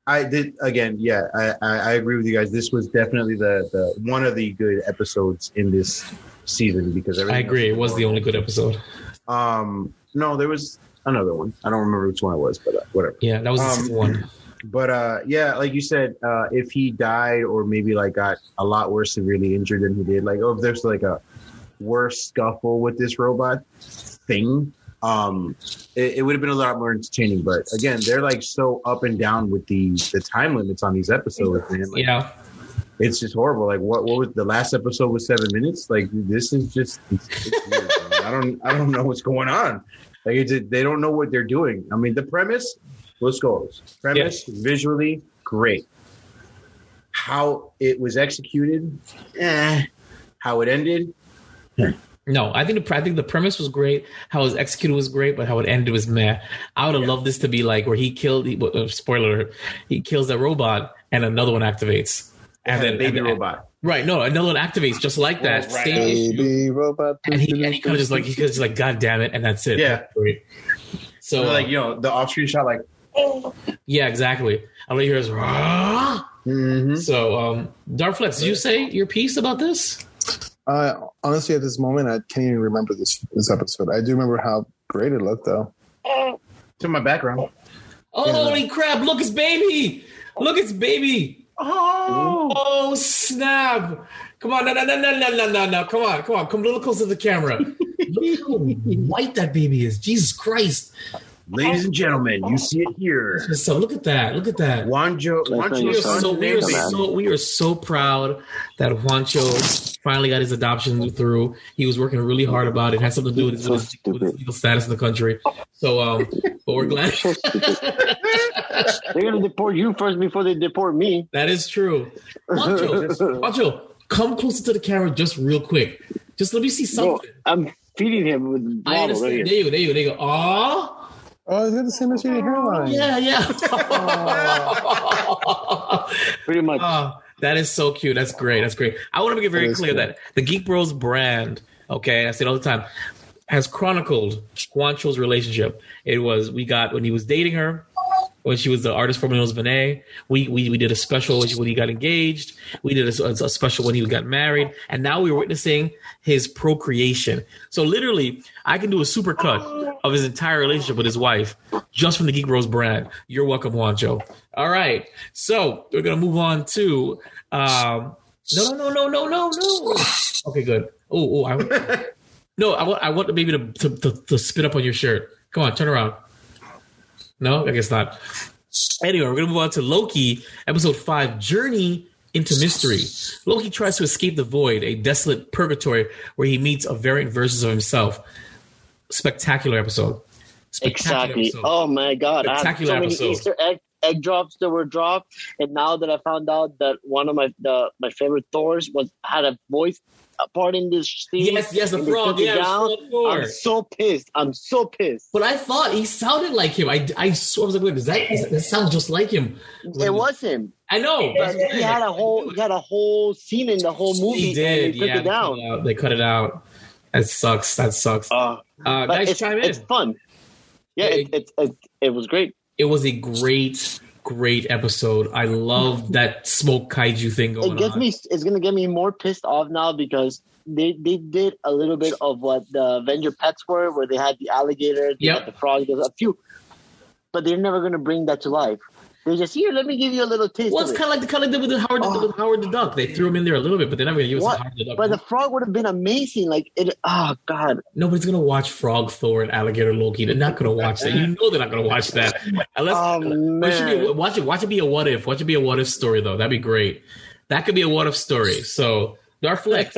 Speaker 4: I did again. Yeah, I, I, I agree with you guys. This was definitely the, the one of the good episodes in this season because
Speaker 2: I
Speaker 4: everything
Speaker 2: agree.
Speaker 4: else
Speaker 2: It was the
Speaker 4: horrible.
Speaker 2: only good episode.
Speaker 4: Um, no, there was another one. I don't remember which one it was, but uh, whatever.
Speaker 2: Yeah, that was the
Speaker 4: Um,
Speaker 2: season one.
Speaker 4: But uh, yeah, like you said, uh, if he died or maybe like got a lot worse severely injured than he did, like oh, if there's like a worse scuffle with this robot thing, um, it, it would have been a lot more entertaining. But again, they're like so up and down with the the time limits on these episodes, man. Like,
Speaker 2: Yeah,
Speaker 4: it's just horrible. Like what? What was the last episode was seven minutes? Like this is just. It's, it's weird, man. I don't. I don't know what's going on. Like it's, they don't know what they're doing. I mean, the premise. Let's go. Premise visually great. How it was executed, eh. How it ended,
Speaker 2: no, I think the pre- I think the premise was great. How it was executed was great, but how it ended was meh. I would have loved this to be like where he killed. He, uh, spoiler: he kills that robot, and another one activates, and
Speaker 4: had a
Speaker 2: then
Speaker 4: baby
Speaker 2: and-
Speaker 4: robot.
Speaker 2: Right? No, another one activates just like that.
Speaker 8: Well, right.
Speaker 2: Same issue.
Speaker 3: Baby robot.
Speaker 2: And he, and he kind of just like he's just like, God damn it, and that's it.
Speaker 4: Yeah.
Speaker 2: Great. So
Speaker 4: So, like you know, the off-screen shot, like
Speaker 2: yeah, exactly. All you hear is Rah! so. Um, Darflex, did you say your piece about this?
Speaker 3: Uh, honestly, at this moment, I can't even remember this this episode. I do remember how great it looked, though.
Speaker 4: to my background.
Speaker 2: Oh, Holy crap! Look, it's baby. Look, it's baby. Oh, oh snap! Come on, no, no, no, no, no, no, no, no! Come on, come on, come a little closer to the camera. Look how white that baby is. Jesus Christ!
Speaker 4: Ladies and gentlemen, you see it here.
Speaker 2: So look at that. Look at that.
Speaker 4: Wanjo,
Speaker 5: We
Speaker 2: We
Speaker 4: Wanjo's
Speaker 2: are so we are
Speaker 4: unnamed baby.
Speaker 2: so we are so proud that Juancho finally got his adoption through. He was working really hard about it. It had something to do with his, with his- with his legal status in the country. So, um, but we're glad
Speaker 5: They're gonna deport you first before they deport me.
Speaker 2: that is true. Juancho, Juancho, come closer to the camera just real quick. Just let me see
Speaker 5: No,
Speaker 2: something.
Speaker 5: I'm feeding him with the
Speaker 2: I
Speaker 5: bottle
Speaker 2: understand.
Speaker 5: right
Speaker 2: There
Speaker 5: here.
Speaker 2: you go. There you go. There you go. Aw.
Speaker 3: Oh, he's got the same issue hairline.
Speaker 2: Yeah, yeah.
Speaker 5: Pretty much.
Speaker 2: Oh, that is so cute. That's great. That's great. I want to make it very
Speaker 3: That is
Speaker 2: clear
Speaker 3: cool.
Speaker 2: that the Geek Bros brand, okay, I say it all the time, has chronicled Juancho's relationship. It was we got when he was dating her, when she was the artist formerly known as Vinay. We, we we did a special when she- when he got engaged. We did a, a special when he got married, and now we're witnessing his procreation. So literally, I can do a super cut of his entire relationship with his wife just from the Geek Bros brand. You're welcome, Juancho. All right, so we're gonna move on to. Um, no, no, no, no, no, no, no. Okay, good. Oh, oh, I, no, I want, I want the baby to, to, to, to spit up on your shirt. Come on, turn around. No, I guess not. Anyway, we're gonna move on to Loki, episode five, Journey into Mystery. Loki tries to escape the void, a desolate purgatory where he meets a variant versions of himself. Spectacular episode. Spectacular
Speaker 5: Exactly.
Speaker 2: episode.
Speaker 5: Oh my god! I have so
Speaker 2: Spectacular
Speaker 5: many
Speaker 2: episode.
Speaker 5: Easter egg, egg drops that were dropped, and now that I found out that one of my the, my favorite Thors was had a voice a part in this scene.
Speaker 2: yes, yes, the
Speaker 5: and they
Speaker 2: frog.
Speaker 5: took it
Speaker 2: Yeah,
Speaker 5: down,
Speaker 2: the frog.
Speaker 5: I'm so pissed. I'm so pissed.
Speaker 2: But I thought he sounded like him. I, I, sw- I was like, wait, does that, is, that sounds just like him.
Speaker 5: It was him.
Speaker 2: I know.
Speaker 5: But
Speaker 2: that's what I'm
Speaker 5: he had a
Speaker 2: saying.
Speaker 5: whole he had a whole scene in the whole movie.
Speaker 2: He did.
Speaker 5: And they took
Speaker 2: yeah,
Speaker 5: it down.
Speaker 2: They, cut it out. they cut it out. That sucks. That sucks. Uh,
Speaker 5: Uh, but
Speaker 2: guys,
Speaker 5: it's,
Speaker 2: chime in.
Speaker 5: it's fun. Yeah,
Speaker 2: Yeah,
Speaker 5: it, it, it, it was great.
Speaker 2: It was a great, great episode. I love that smoke kaiju thing going
Speaker 5: It gets
Speaker 2: on.
Speaker 5: me. It's gonna get me more pissed off now because they they did a little bit of what the Avenger pets were, where they had the alligator, they
Speaker 2: Yep.
Speaker 5: had the frog, there's a few, but they're never gonna bring that to life. They're just here. Let me give you a little taste.
Speaker 2: well,
Speaker 5: of
Speaker 2: it's
Speaker 5: it."
Speaker 2: kind of like the kind of did with Howard,
Speaker 5: Oh.
Speaker 2: with Howard the Duck. They threw him in there a little bit, but they're never going to use
Speaker 5: What?
Speaker 2: Howard the Duck.
Speaker 5: but the frog would have been amazing. Like it. Oh God.
Speaker 2: Nobody's going to watch Frog, Thor, and Alligator Loki. They're not going to watch that. You know they're not going to watch that. Unless,
Speaker 5: Oh
Speaker 2: But it should be a-
Speaker 5: man.
Speaker 2: watch it. Watch it be a what if. Watch it be a what if story though. That'd be great. That could be a what if story. So Darflex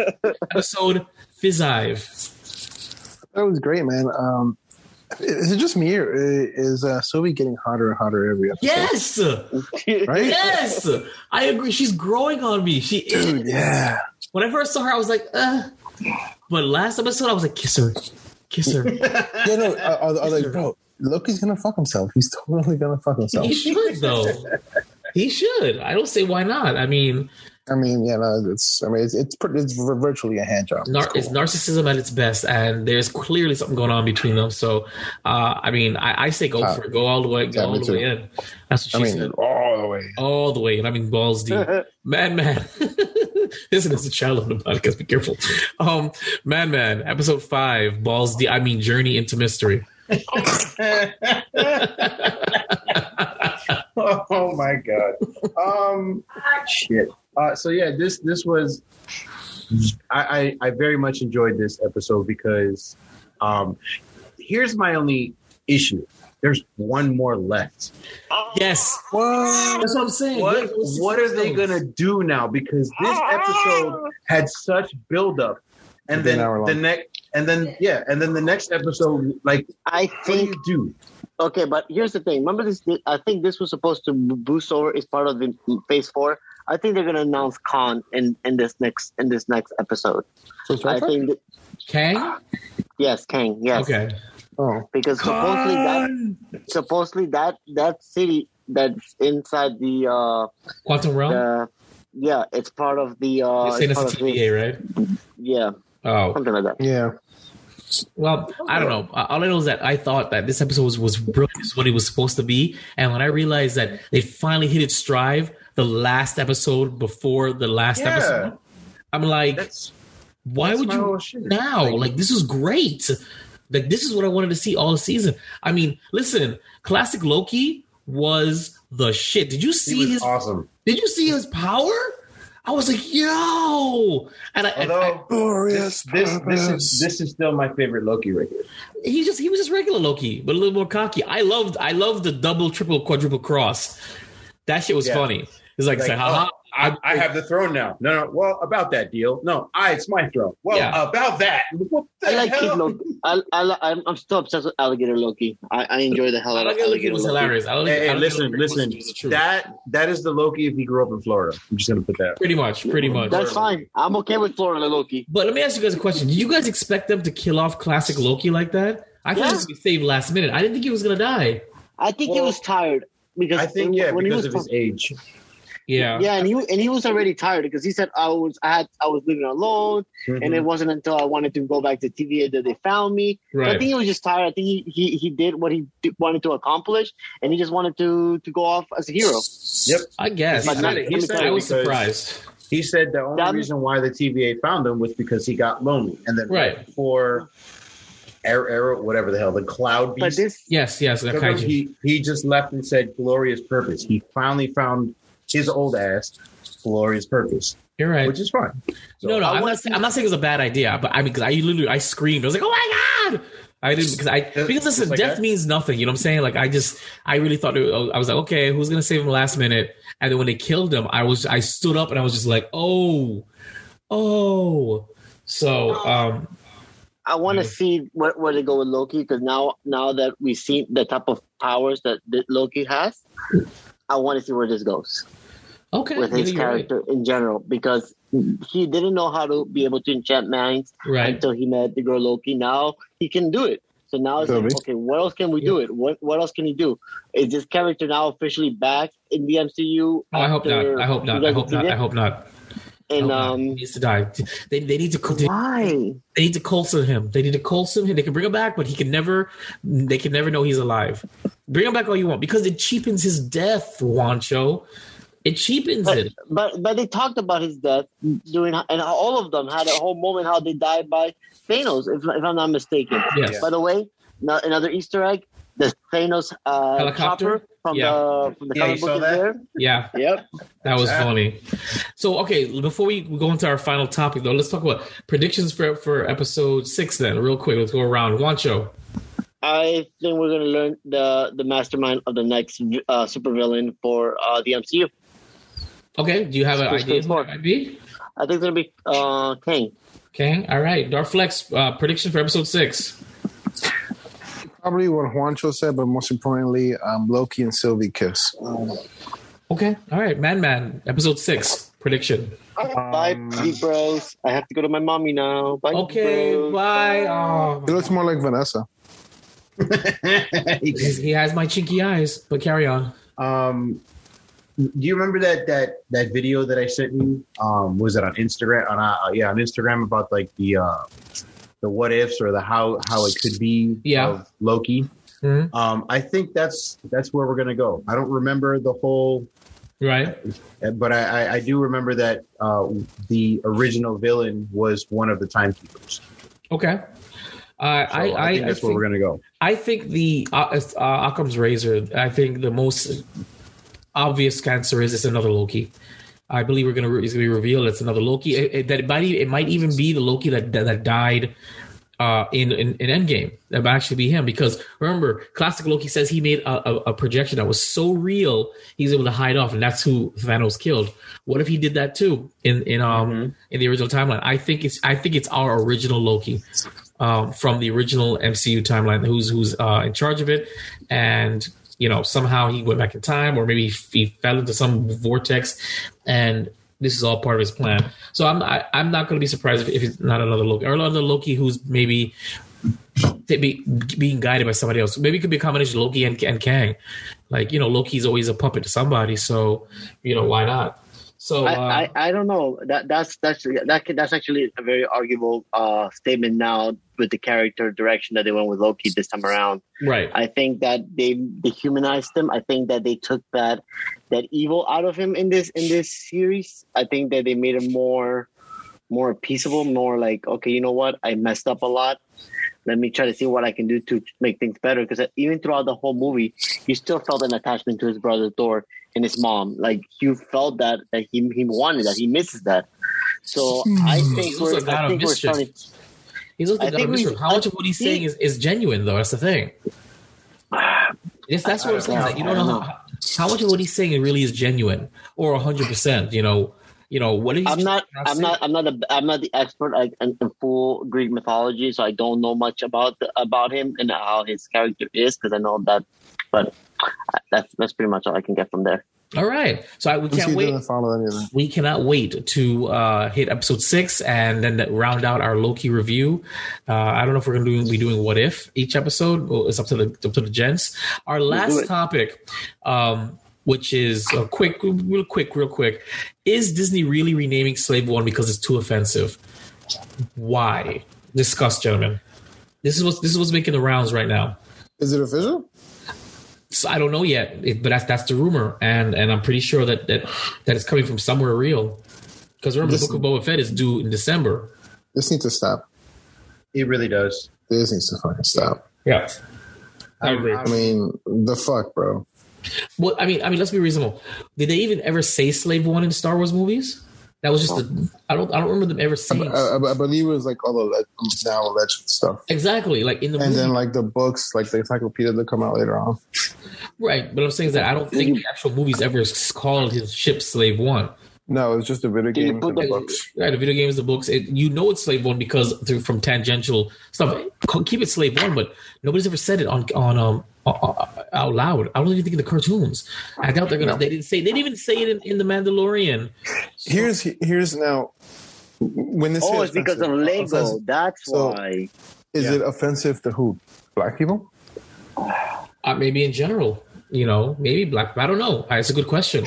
Speaker 2: episode Fizzive.
Speaker 3: That was great, man. Um, is it just me or is uh, Sylvie getting hotter and hotter every episode?
Speaker 2: Yes,
Speaker 3: Right?
Speaker 2: yes. I agree. She's growing on me. She is.
Speaker 3: Dude, yeah.
Speaker 2: When I first saw her, I was like, uh. But last episode, I was like, kiss her, kiss her.
Speaker 3: Yeah, no, I, I, I was like, bro, Loki's gonna fuck himself. He's totally gonna fuck himself.
Speaker 2: He should though. he should. I don't say why not. I mean,
Speaker 3: I mean, yeah, no, it's. I mean, it's it's, pretty, it's virtually a hand job.
Speaker 2: nar- it's narcissism at its best, and there's clearly something going on between them. So, uh, I mean, I, I say go
Speaker 3: Uh,
Speaker 2: for it. Go all the way. Go
Speaker 3: yeah, me
Speaker 2: all the way
Speaker 3: too.
Speaker 2: in. That's what
Speaker 3: I
Speaker 2: she
Speaker 3: mean,
Speaker 2: said.
Speaker 3: all the way.
Speaker 2: All the way, and I mean balls deep. Madman. Listen, it's a child on the podcast. Be careful. Um, Madman, episode five, balls deep. I mean, journey into mystery.
Speaker 4: oh my god. Um, shit. Uh, so yeah, this this was. I, I I very much enjoyed this episode because, um, here's my only issue. There's one more left.
Speaker 2: Yes,
Speaker 3: What?
Speaker 2: that's what I'm saying.
Speaker 4: What
Speaker 2: Yeah, it was
Speaker 4: what are they
Speaker 2: 66
Speaker 4: gonna do now? Because this episode had such buildup, and
Speaker 3: It'd be an
Speaker 4: then
Speaker 3: hour
Speaker 4: the
Speaker 3: long.
Speaker 4: next, and then yeah, and then the next episode, like
Speaker 5: I
Speaker 4: what do
Speaker 5: think
Speaker 4: you do?
Speaker 5: Okay, but here's the thing. Remember this? I think this was supposed to boost over as part of the phase four. I think they're going to announce Khan in, in this next in this next episode.
Speaker 3: So
Speaker 5: I
Speaker 3: Star Trek?
Speaker 5: think that,
Speaker 2: Kang?
Speaker 5: yes, Kang. Yes,
Speaker 2: Okay.
Speaker 3: Oh,
Speaker 5: because supposedly that supposedly that that city that's inside the uh
Speaker 2: Quantum Realm?
Speaker 5: the yeah, it's part of the uh
Speaker 2: You're saying
Speaker 5: it's
Speaker 2: that's
Speaker 5: part
Speaker 2: a
Speaker 5: of the-
Speaker 2: TVA, right?
Speaker 5: yeah,
Speaker 2: Oh.
Speaker 5: something like that.
Speaker 3: yeah.
Speaker 2: Well, I don't know. Uh, All I know is that I thought that this episode was, was brilliant, is what it was supposed to be. And when I realized that they finally hit its stride, the last episode before the last
Speaker 4: Yeah.
Speaker 2: episode, I'm like,
Speaker 4: That's
Speaker 2: why
Speaker 4: that's
Speaker 2: would
Speaker 4: my
Speaker 2: you
Speaker 4: whole shit.
Speaker 2: now? Like, this is great. Like, this is what I wanted to see all season. I mean, listen, classic Loki was the shit. Did you
Speaker 4: He
Speaker 2: see
Speaker 4: was
Speaker 2: his?
Speaker 4: awesome.
Speaker 2: Did you see his power? I was like, yo, and I, and I
Speaker 4: Although
Speaker 3: Glorious.
Speaker 4: this, this this is this is still my favorite Loki right here.
Speaker 2: he just he was just regular Loki, but a little more cocky. I loved I loved the double, triple, quadruple cross. That shit was
Speaker 4: Yeah.
Speaker 2: funny. It's like,
Speaker 4: Like,
Speaker 2: say, haha.
Speaker 4: oh, I, I have the throne now. No, no. Well, about that deal. No, I it's my throne. Well,
Speaker 2: Yeah.
Speaker 4: about that. What the
Speaker 5: I like
Speaker 4: hell?
Speaker 5: Kid Loki. I, I, li- I'm, I'm still obsessed with Alligator Loki. I, I enjoy the hell
Speaker 2: I
Speaker 5: out of
Speaker 2: like Loki
Speaker 5: Alligator
Speaker 2: was
Speaker 5: Loki.
Speaker 2: hilarious. I like,
Speaker 4: Hey,
Speaker 2: I
Speaker 4: hey,
Speaker 2: like
Speaker 4: listen,
Speaker 2: Loki was-
Speaker 4: listen.
Speaker 2: was the truth.
Speaker 4: That that is the Loki if he grew up in Florida. I'm just gonna put that.
Speaker 2: pretty much, pretty much.
Speaker 5: That's fine. I'm okay with Florida Loki.
Speaker 2: But let me ask you guys a question: Did you guys expect them to kill off classic Loki like that? I thought
Speaker 5: Yeah.
Speaker 2: he was gonna be saved last minute. I didn't think he was gonna die.
Speaker 5: I think
Speaker 4: Well,
Speaker 5: he was tired because
Speaker 4: I think yeah,
Speaker 5: when he
Speaker 4: because
Speaker 5: was
Speaker 4: of his age.
Speaker 2: Yeah,
Speaker 5: Yeah, and he and he was already tired because he said I was I had I was living alone,
Speaker 4: Mm-hmm.
Speaker 5: and it wasn't until I wanted to go back to TVA that they found me. So I
Speaker 2: right.
Speaker 5: think he was just tired. I think he he, he did what he did, wanted to accomplish, and he just wanted to to go off as a hero.
Speaker 2: I guess.
Speaker 5: He said
Speaker 2: I,
Speaker 5: it- he
Speaker 2: I
Speaker 5: said it
Speaker 2: was
Speaker 4: because-
Speaker 2: surprised.
Speaker 4: He said the only
Speaker 5: That-
Speaker 4: reason why the TVA found him was because he got lonely, and then
Speaker 2: Right.
Speaker 4: before Arrow, Arrow, whatever the hell, the cloud
Speaker 5: But
Speaker 4: beast.
Speaker 5: this,
Speaker 2: Yes, yes. the
Speaker 4: Remember,
Speaker 2: kaiju.
Speaker 4: he, he just left and said glorious purpose. He finally found his old ass glorious purpose,
Speaker 2: You're right.
Speaker 4: which is fine. So um,
Speaker 2: no, no,
Speaker 4: I
Speaker 2: I'm
Speaker 4: wanna
Speaker 2: not, I'm not saying it's a bad idea, but I mean, 'cause I literally, I screamed. I was like, "Oh my god!" I didn't because I because
Speaker 4: just
Speaker 2: listen,
Speaker 4: like
Speaker 2: death
Speaker 4: that?
Speaker 2: means nothing. You know what I'm saying? Like, I just, I really thought it, I was like, okay, who's gonna save him last minute? And then when they killed him, I was, I stood up and I was just like, oh, oh. So, um,
Speaker 5: I want to
Speaker 2: Yeah.
Speaker 5: see where, where they go with Loki because now now that we've seen the type of powers that, that Loki has, I want to see where this goes.
Speaker 2: okay,
Speaker 5: with his
Speaker 2: yeah, you're
Speaker 5: character in general because he didn't know how to be able to enchant minds
Speaker 2: right, right.
Speaker 5: until he met the girl Loki. Now he can do it. So now it's like,
Speaker 3: Toby.
Speaker 5: okay, what else can we do it? What what else can he do? Is this character now officially back in the MCU?
Speaker 2: Oh, I hope
Speaker 5: after
Speaker 2: not. I hope
Speaker 5: you
Speaker 2: not. I
Speaker 5: guys
Speaker 2: hope
Speaker 5: did
Speaker 2: not.
Speaker 5: it?
Speaker 2: I hope not. I hope
Speaker 5: And
Speaker 2: not. He
Speaker 5: um,
Speaker 2: needs to die. They, they need to co- they
Speaker 5: why?
Speaker 2: need to Coulson him. They need to Coulson him. They can bring him back, but he can never. They can never know he's alive. Bring him back all you want because it cheapens his death, Wancho. It cheapens
Speaker 5: But,
Speaker 2: it.
Speaker 5: but but they talked about his death during, and all of them had a whole moment how they died by Thanos, if, if I'm not mistaken.
Speaker 2: Yes.
Speaker 5: By the way, no- another Easter egg: the Thanos uh,
Speaker 2: Helicopter?
Speaker 5: chopper from
Speaker 2: Yeah.
Speaker 5: the from the
Speaker 4: Yeah,
Speaker 5: comic
Speaker 4: you
Speaker 5: book is
Speaker 4: saw
Speaker 5: there.
Speaker 2: Yeah,
Speaker 5: Yep.
Speaker 2: that was
Speaker 4: Yeah.
Speaker 2: funny. So, okay, before we go into our final topic, though, let's talk about predictions for for episode six. Then, real quick, let's go around. Wancho,
Speaker 5: I think we're gonna learn the the mastermind of the next uh, supervillain for uh, the MCU.
Speaker 2: okay, do you have an
Speaker 5: Who's
Speaker 2: idea?
Speaker 5: first, Mark?
Speaker 2: Idea?
Speaker 5: I think it's gonna be uh, Kang.
Speaker 2: Okay, all right. Darflex uh, prediction for episode six.
Speaker 3: Probably what Juancho said, but most importantly, um, Loki and Sylvie kiss.
Speaker 2: Okay, all right. Man, man, episode six prediction.
Speaker 5: bye, P bros. I have to go to my mommy now. Bye,
Speaker 2: Okay,
Speaker 5: bros.
Speaker 2: bye. Oh,
Speaker 3: He looks more like Vanessa.
Speaker 2: He's- he has my chinky eyes, but carry on.
Speaker 4: um, do you remember that that that video that I sent you? Um, was it on Instagram? On uh, yeah, on Instagram about like the uh, the what ifs or the how how it could be
Speaker 2: Yeah.
Speaker 4: of Loki.
Speaker 2: Mhm.
Speaker 4: Um, I think that's that's where we're gonna go. I don't remember the whole,
Speaker 2: Right?
Speaker 4: Uh, but I, I, I do remember that uh, the original villain was one of the timekeepers.
Speaker 2: Okay. Uh,
Speaker 4: So
Speaker 2: I, I,
Speaker 4: think
Speaker 2: I
Speaker 4: that's where
Speaker 2: think-
Speaker 4: we're gonna go.
Speaker 2: I think the uh, uh, Occam's Razor. I think the most obvious answer is it's another Loki. I believe we're gonna re- it's gonna be revealed it's another Loki. It, it- that it might e- it might even be the Loki that that, that died uh, in, in in Endgame. That might actually be him because remember, classic Loki says he made a, a, a projection that was so real he's able to hide off, and that's who Thanos killed. What if he did that too in in um in the original timeline? I think it's I think it's our original Loki um, from the original MCU timeline, who's who's uh, in charge of it, and you know somehow he went back in time, or maybe he fell into some vortex, and this is all part of his plan. So I'm I, I'm not going to be surprised if, if it's not another Loki or another Loki who's maybe to be being guided by somebody else. Maybe it could be a combination of Loki and, and Kang. Like you know, Loki's always a puppet to somebody, so you know why not? So uh,
Speaker 5: I, I, I don't know. That that's that's that could- that's actually a very arguable uh, statement now with the character direction that they went with Loki this time around.
Speaker 2: right,
Speaker 5: I think that they dehumanized him. I think that they took that that evil out of him in this in this series. I think that they made him more more peaceable, more like okay, you know what? I messed up a lot. Let me try to see what I can do to make things better. Because even throughout the whole movie, you still felt an attachment to his brother Thor and his mom. Like you felt that that he he wanted that he misses that. So I think
Speaker 2: He's
Speaker 5: we're
Speaker 2: Hmm. a god
Speaker 5: I
Speaker 2: of
Speaker 5: think we're
Speaker 2: mischief.
Speaker 5: starting.
Speaker 2: He's also
Speaker 5: I
Speaker 2: got a
Speaker 5: think we-
Speaker 2: mystery. How much of what he's saying is, is genuine, though? That's the thing. Yes, that's what I'm saying. is that you don't know how, how much of what he's saying really is genuine or 100. percent You know, you know what he's.
Speaker 5: I'm not. I'm not. I'm not. A, I'm not the expert like, in, in full Greek mythology, so I don't know much about about him and how his character is because I know that. But that's that's pretty much all I can get from there.
Speaker 2: All right, so I, we
Speaker 3: Since
Speaker 2: can't
Speaker 3: he
Speaker 2: wait.
Speaker 3: doesn't follow any of that.
Speaker 2: We cannot wait to uh, hit episode six and then round out our Loki review. Uh, I don't know if we're going to do, be doing what if each episode. Well, it's up to the up to the gents. Our last
Speaker 5: it.
Speaker 2: topic, um, which is uh, quick, real quick, real quick, is Disney really renaming Slave One because it's too offensive? Why? Discuss, gentlemen. This is what's this is what's making the rounds right now.
Speaker 3: Is it official?
Speaker 2: So I don't know yet, it- but that's that's the rumor, and and I'm pretty sure that that that it's coming from somewhere real. Because remember,
Speaker 3: Listen.
Speaker 2: the Book of Boba Fett is due in December.
Speaker 3: This needs to stop.
Speaker 4: It really does.
Speaker 3: This needs to fucking stop.
Speaker 2: Yeah, I agree.
Speaker 3: I mean, the fuck, bro.
Speaker 2: well, I mean, I mean, let's be reasonable. Did they even ever say Slave One in Star Wars movies? That was just the I don't I don't remember them ever
Speaker 3: I,
Speaker 2: saying
Speaker 3: I- I believe it was like all the le- now legend stuff,
Speaker 2: exactly like in the
Speaker 3: and
Speaker 2: movie.
Speaker 3: then like the books, like the encyclopedia that come out later on.
Speaker 2: right. But I'm saying is that I don't think the actual movies ever s- called his ship Slave One.
Speaker 3: No, it's just a video
Speaker 5: you
Speaker 3: game
Speaker 5: put
Speaker 3: and the
Speaker 5: the-
Speaker 3: books.
Speaker 2: Right, the video games, the books. It, you know it's slave one because through from tangential stuff. Co- Keep it slave one, but nobody's ever said it on on um o- o- out loud. I don't even think in the cartoons. I doubt they're gonna. They didn't say. They didn't even say it in, in the Mandalorian.
Speaker 3: Here's here's now when this
Speaker 5: Oh,
Speaker 3: is
Speaker 5: it's because of
Speaker 3: offensive-
Speaker 5: Lego.
Speaker 3: offensive-
Speaker 5: That's
Speaker 3: So-
Speaker 5: why.
Speaker 3: Is
Speaker 4: Yeah.
Speaker 3: it offensive to who? Black people?
Speaker 2: Uh, maybe in general, you know, maybe black. I don't know. Uh, It's a good question.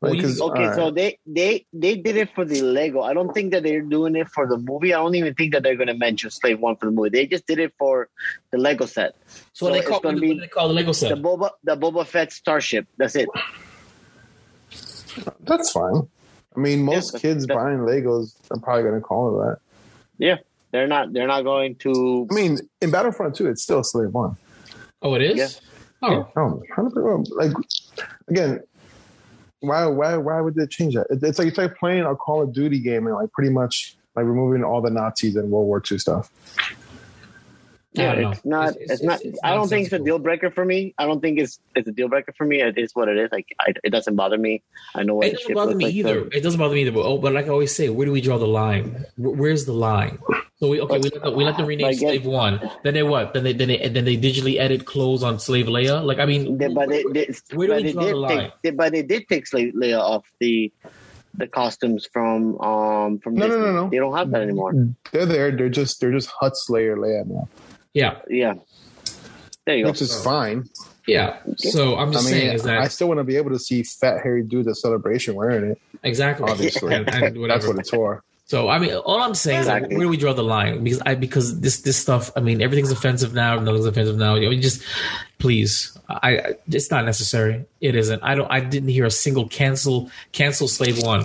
Speaker 3: Like,
Speaker 2: you-
Speaker 3: 'cause-
Speaker 5: Okay,
Speaker 3: all
Speaker 5: so
Speaker 3: right.
Speaker 5: they they they did it for the Lego. I don't think that they're doing it for the movie. I don't even think that they're going to mention Slave One for the movie. They just did it for the Lego set,
Speaker 2: So, what
Speaker 5: So
Speaker 2: they call
Speaker 5: it's gonna
Speaker 2: what
Speaker 5: be-
Speaker 2: do they call the Lego set.
Speaker 5: the Boba the Boba Fett starship. That's it.
Speaker 3: that's fine. I mean, most
Speaker 5: that's-
Speaker 3: kids
Speaker 5: that's-
Speaker 3: buying Legos are probably going to call it that.
Speaker 5: Yeah, they're not they're not going to.
Speaker 3: I mean, in Battlefront 2, it's still Slave 1.
Speaker 2: oh, it is.
Speaker 5: Yeah.
Speaker 2: Oh,
Speaker 3: Oh, 100%. Like, again, why why why would they change that? It- It's like it's like playing a Call of Duty game and like pretty much like removing all the Nazis and World War II stuff.
Speaker 2: I don't know.
Speaker 5: it's not. It's, not. I don't think it's a
Speaker 2: nonsensical.
Speaker 5: deal breaker for me. I don't think it's it's a deal breaker for me. It is what it is. Like I, it doesn't bother me. I know
Speaker 2: It
Speaker 5: what the
Speaker 2: doesn't
Speaker 5: ship
Speaker 2: bother
Speaker 5: looks
Speaker 2: me
Speaker 5: like,
Speaker 2: either.
Speaker 5: so-
Speaker 2: It doesn't bother me either. But, oh, but like I always say, where do we draw the line? Where, where's the line? So we okay, we let them, we let them rename
Speaker 5: Like, yeah.
Speaker 2: Slave One. Then they what? Then they then they then they digitally edit clothes on Slave Leia. Like I mean,
Speaker 5: They- but they, they,
Speaker 2: where do
Speaker 5: but
Speaker 2: we
Speaker 5: they
Speaker 2: draw the
Speaker 5: did
Speaker 2: line?
Speaker 5: take, they, but they did take Slay- Leia off the the costumes from um from
Speaker 3: No, no,
Speaker 5: Disney.
Speaker 3: no, no.
Speaker 5: They don't have that anymore.
Speaker 3: They're there. They're just they're just Hut Slayer Leia now.
Speaker 2: yeah,
Speaker 5: Yeah, There you go.
Speaker 3: which is fine.
Speaker 2: Yeah. So I'm
Speaker 3: I
Speaker 2: just saying
Speaker 3: mean,
Speaker 2: is that
Speaker 3: I still want to be able to see fat hairy dudes at celebration wearing it.
Speaker 2: exactly
Speaker 3: Obviously.
Speaker 2: and, and whatever.
Speaker 3: That's what it's for.
Speaker 2: So I mean, all I'm saying is like,
Speaker 5: Exactly.
Speaker 2: where do we draw the line? Because I because this this stuff. I mean, everything's offensive now. Nothing's offensive now. You know, just please, I I- it's not necessary. It isn't. I don't. I didn't hear a single cancel cancel slave one.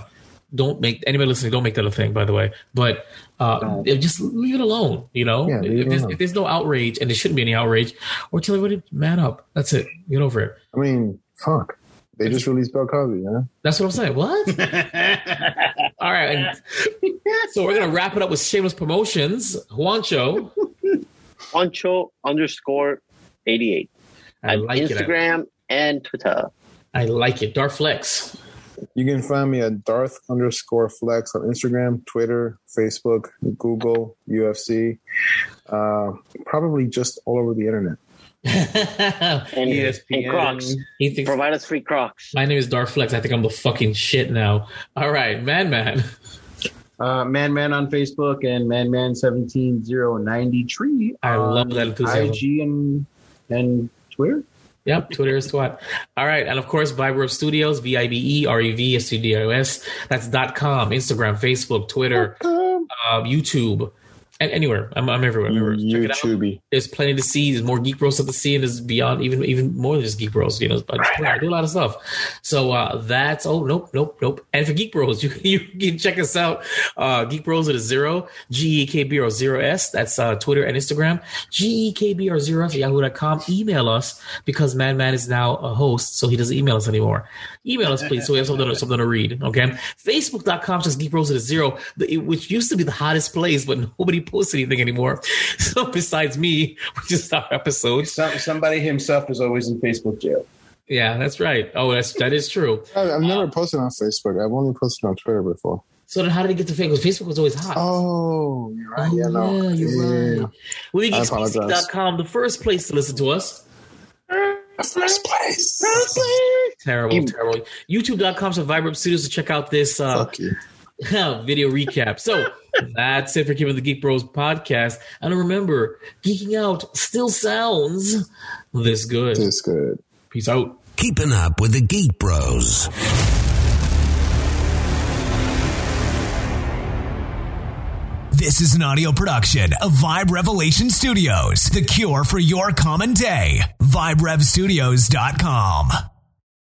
Speaker 2: Don't make anybody listening. Don't make that a thing, by the way. But uh, just leave it alone. You know,
Speaker 3: Yeah, leave it
Speaker 2: if, there's,
Speaker 3: alone.
Speaker 2: if there's no outrage, and there shouldn't be any outrage, or tell everybody man up. That's it. Get over it.
Speaker 3: I mean, fuck. They just released Bill Cosby, yeah.
Speaker 2: That's what I'm saying. What? All right. and- so we're gonna wrap it up with shameless promotions. Juancho,
Speaker 5: Poncho underscore 88.
Speaker 2: I like it.
Speaker 5: Instagram and Twitter.
Speaker 2: I, I like it. Dark Flex.
Speaker 3: You can find me at Darth underscore flex on Instagram, Twitter, Facebook, Google, UFC, uh, probably just all over the internet.
Speaker 5: And,
Speaker 2: E
Speaker 5: and
Speaker 4: ESPN.
Speaker 5: Crocs.
Speaker 2: he thinks
Speaker 5: Provide us free Crocs.
Speaker 2: my name is Dark Flex. I think I'm the fucking shit now. All right, man, man.
Speaker 4: Uh, Man Man on Facebook and Man Man seventeen zero ninety three.
Speaker 2: I love that enthusiasm.
Speaker 4: IG and and Twitter.
Speaker 2: Yep, Twitter is twat. All right, and of course, Vibe Rev Studios, V I B E R E V S T D O S. That's dot com, Instagram, Facebook, Twitter, uh, YouTube, and anywhere. I'm, I'm everywhere. I'm everywhere. Check it out.
Speaker 3: YouTubey.
Speaker 2: there's plenty to see. There's more Geek Bros stuff to see, and there's beyond even even more than just Geek Bros. You know, I, I do a lot of stuff. So uh, that's oh nope nope nope. And for Geek Bros, you you can check us out. Uh, Geek Bros at a zero G E K B R zero S. That's uh, Twitter and Instagram. G E K B R zero S at yahoo.com. Email us because Madman is now a host, so he doesn't email us anymore. Email us please, so we have something to, something to read. Okay, Facebook.com says Geek Bros at a zero, the- it- which used to be the hottest place, but nobody posts anything anymore. So besides me, which is our episodes.
Speaker 4: Some, somebody himself is always in Facebook jail.
Speaker 2: Yeah, that's right. Oh, that's that is true.
Speaker 3: I- I've never posted on Facebook. I've only posted on Twitter before.
Speaker 2: So then, how did it get to Facebook? 'Cause Facebook was always hot.
Speaker 3: Oh, you're right. yeah, no.
Speaker 2: yeah, you're right.
Speaker 3: I apologize.
Speaker 2: WeGeeksMusic.com, the first place to listen to us.
Speaker 3: First place.
Speaker 2: Terrible, terrible. YouTube.com slash Vibrant Studios to check out this uh,
Speaker 3: Fuck you.
Speaker 2: video recap. So that's it for keeping the Geek Bros podcast. And remember, geeking out still sounds this good.
Speaker 3: It's good.
Speaker 2: Peace out.
Speaker 1: Keeping up with the Geek Bros. This is an audio production of Vibe Revelation Studios, the cure for your common day. VibeRevStudios.com.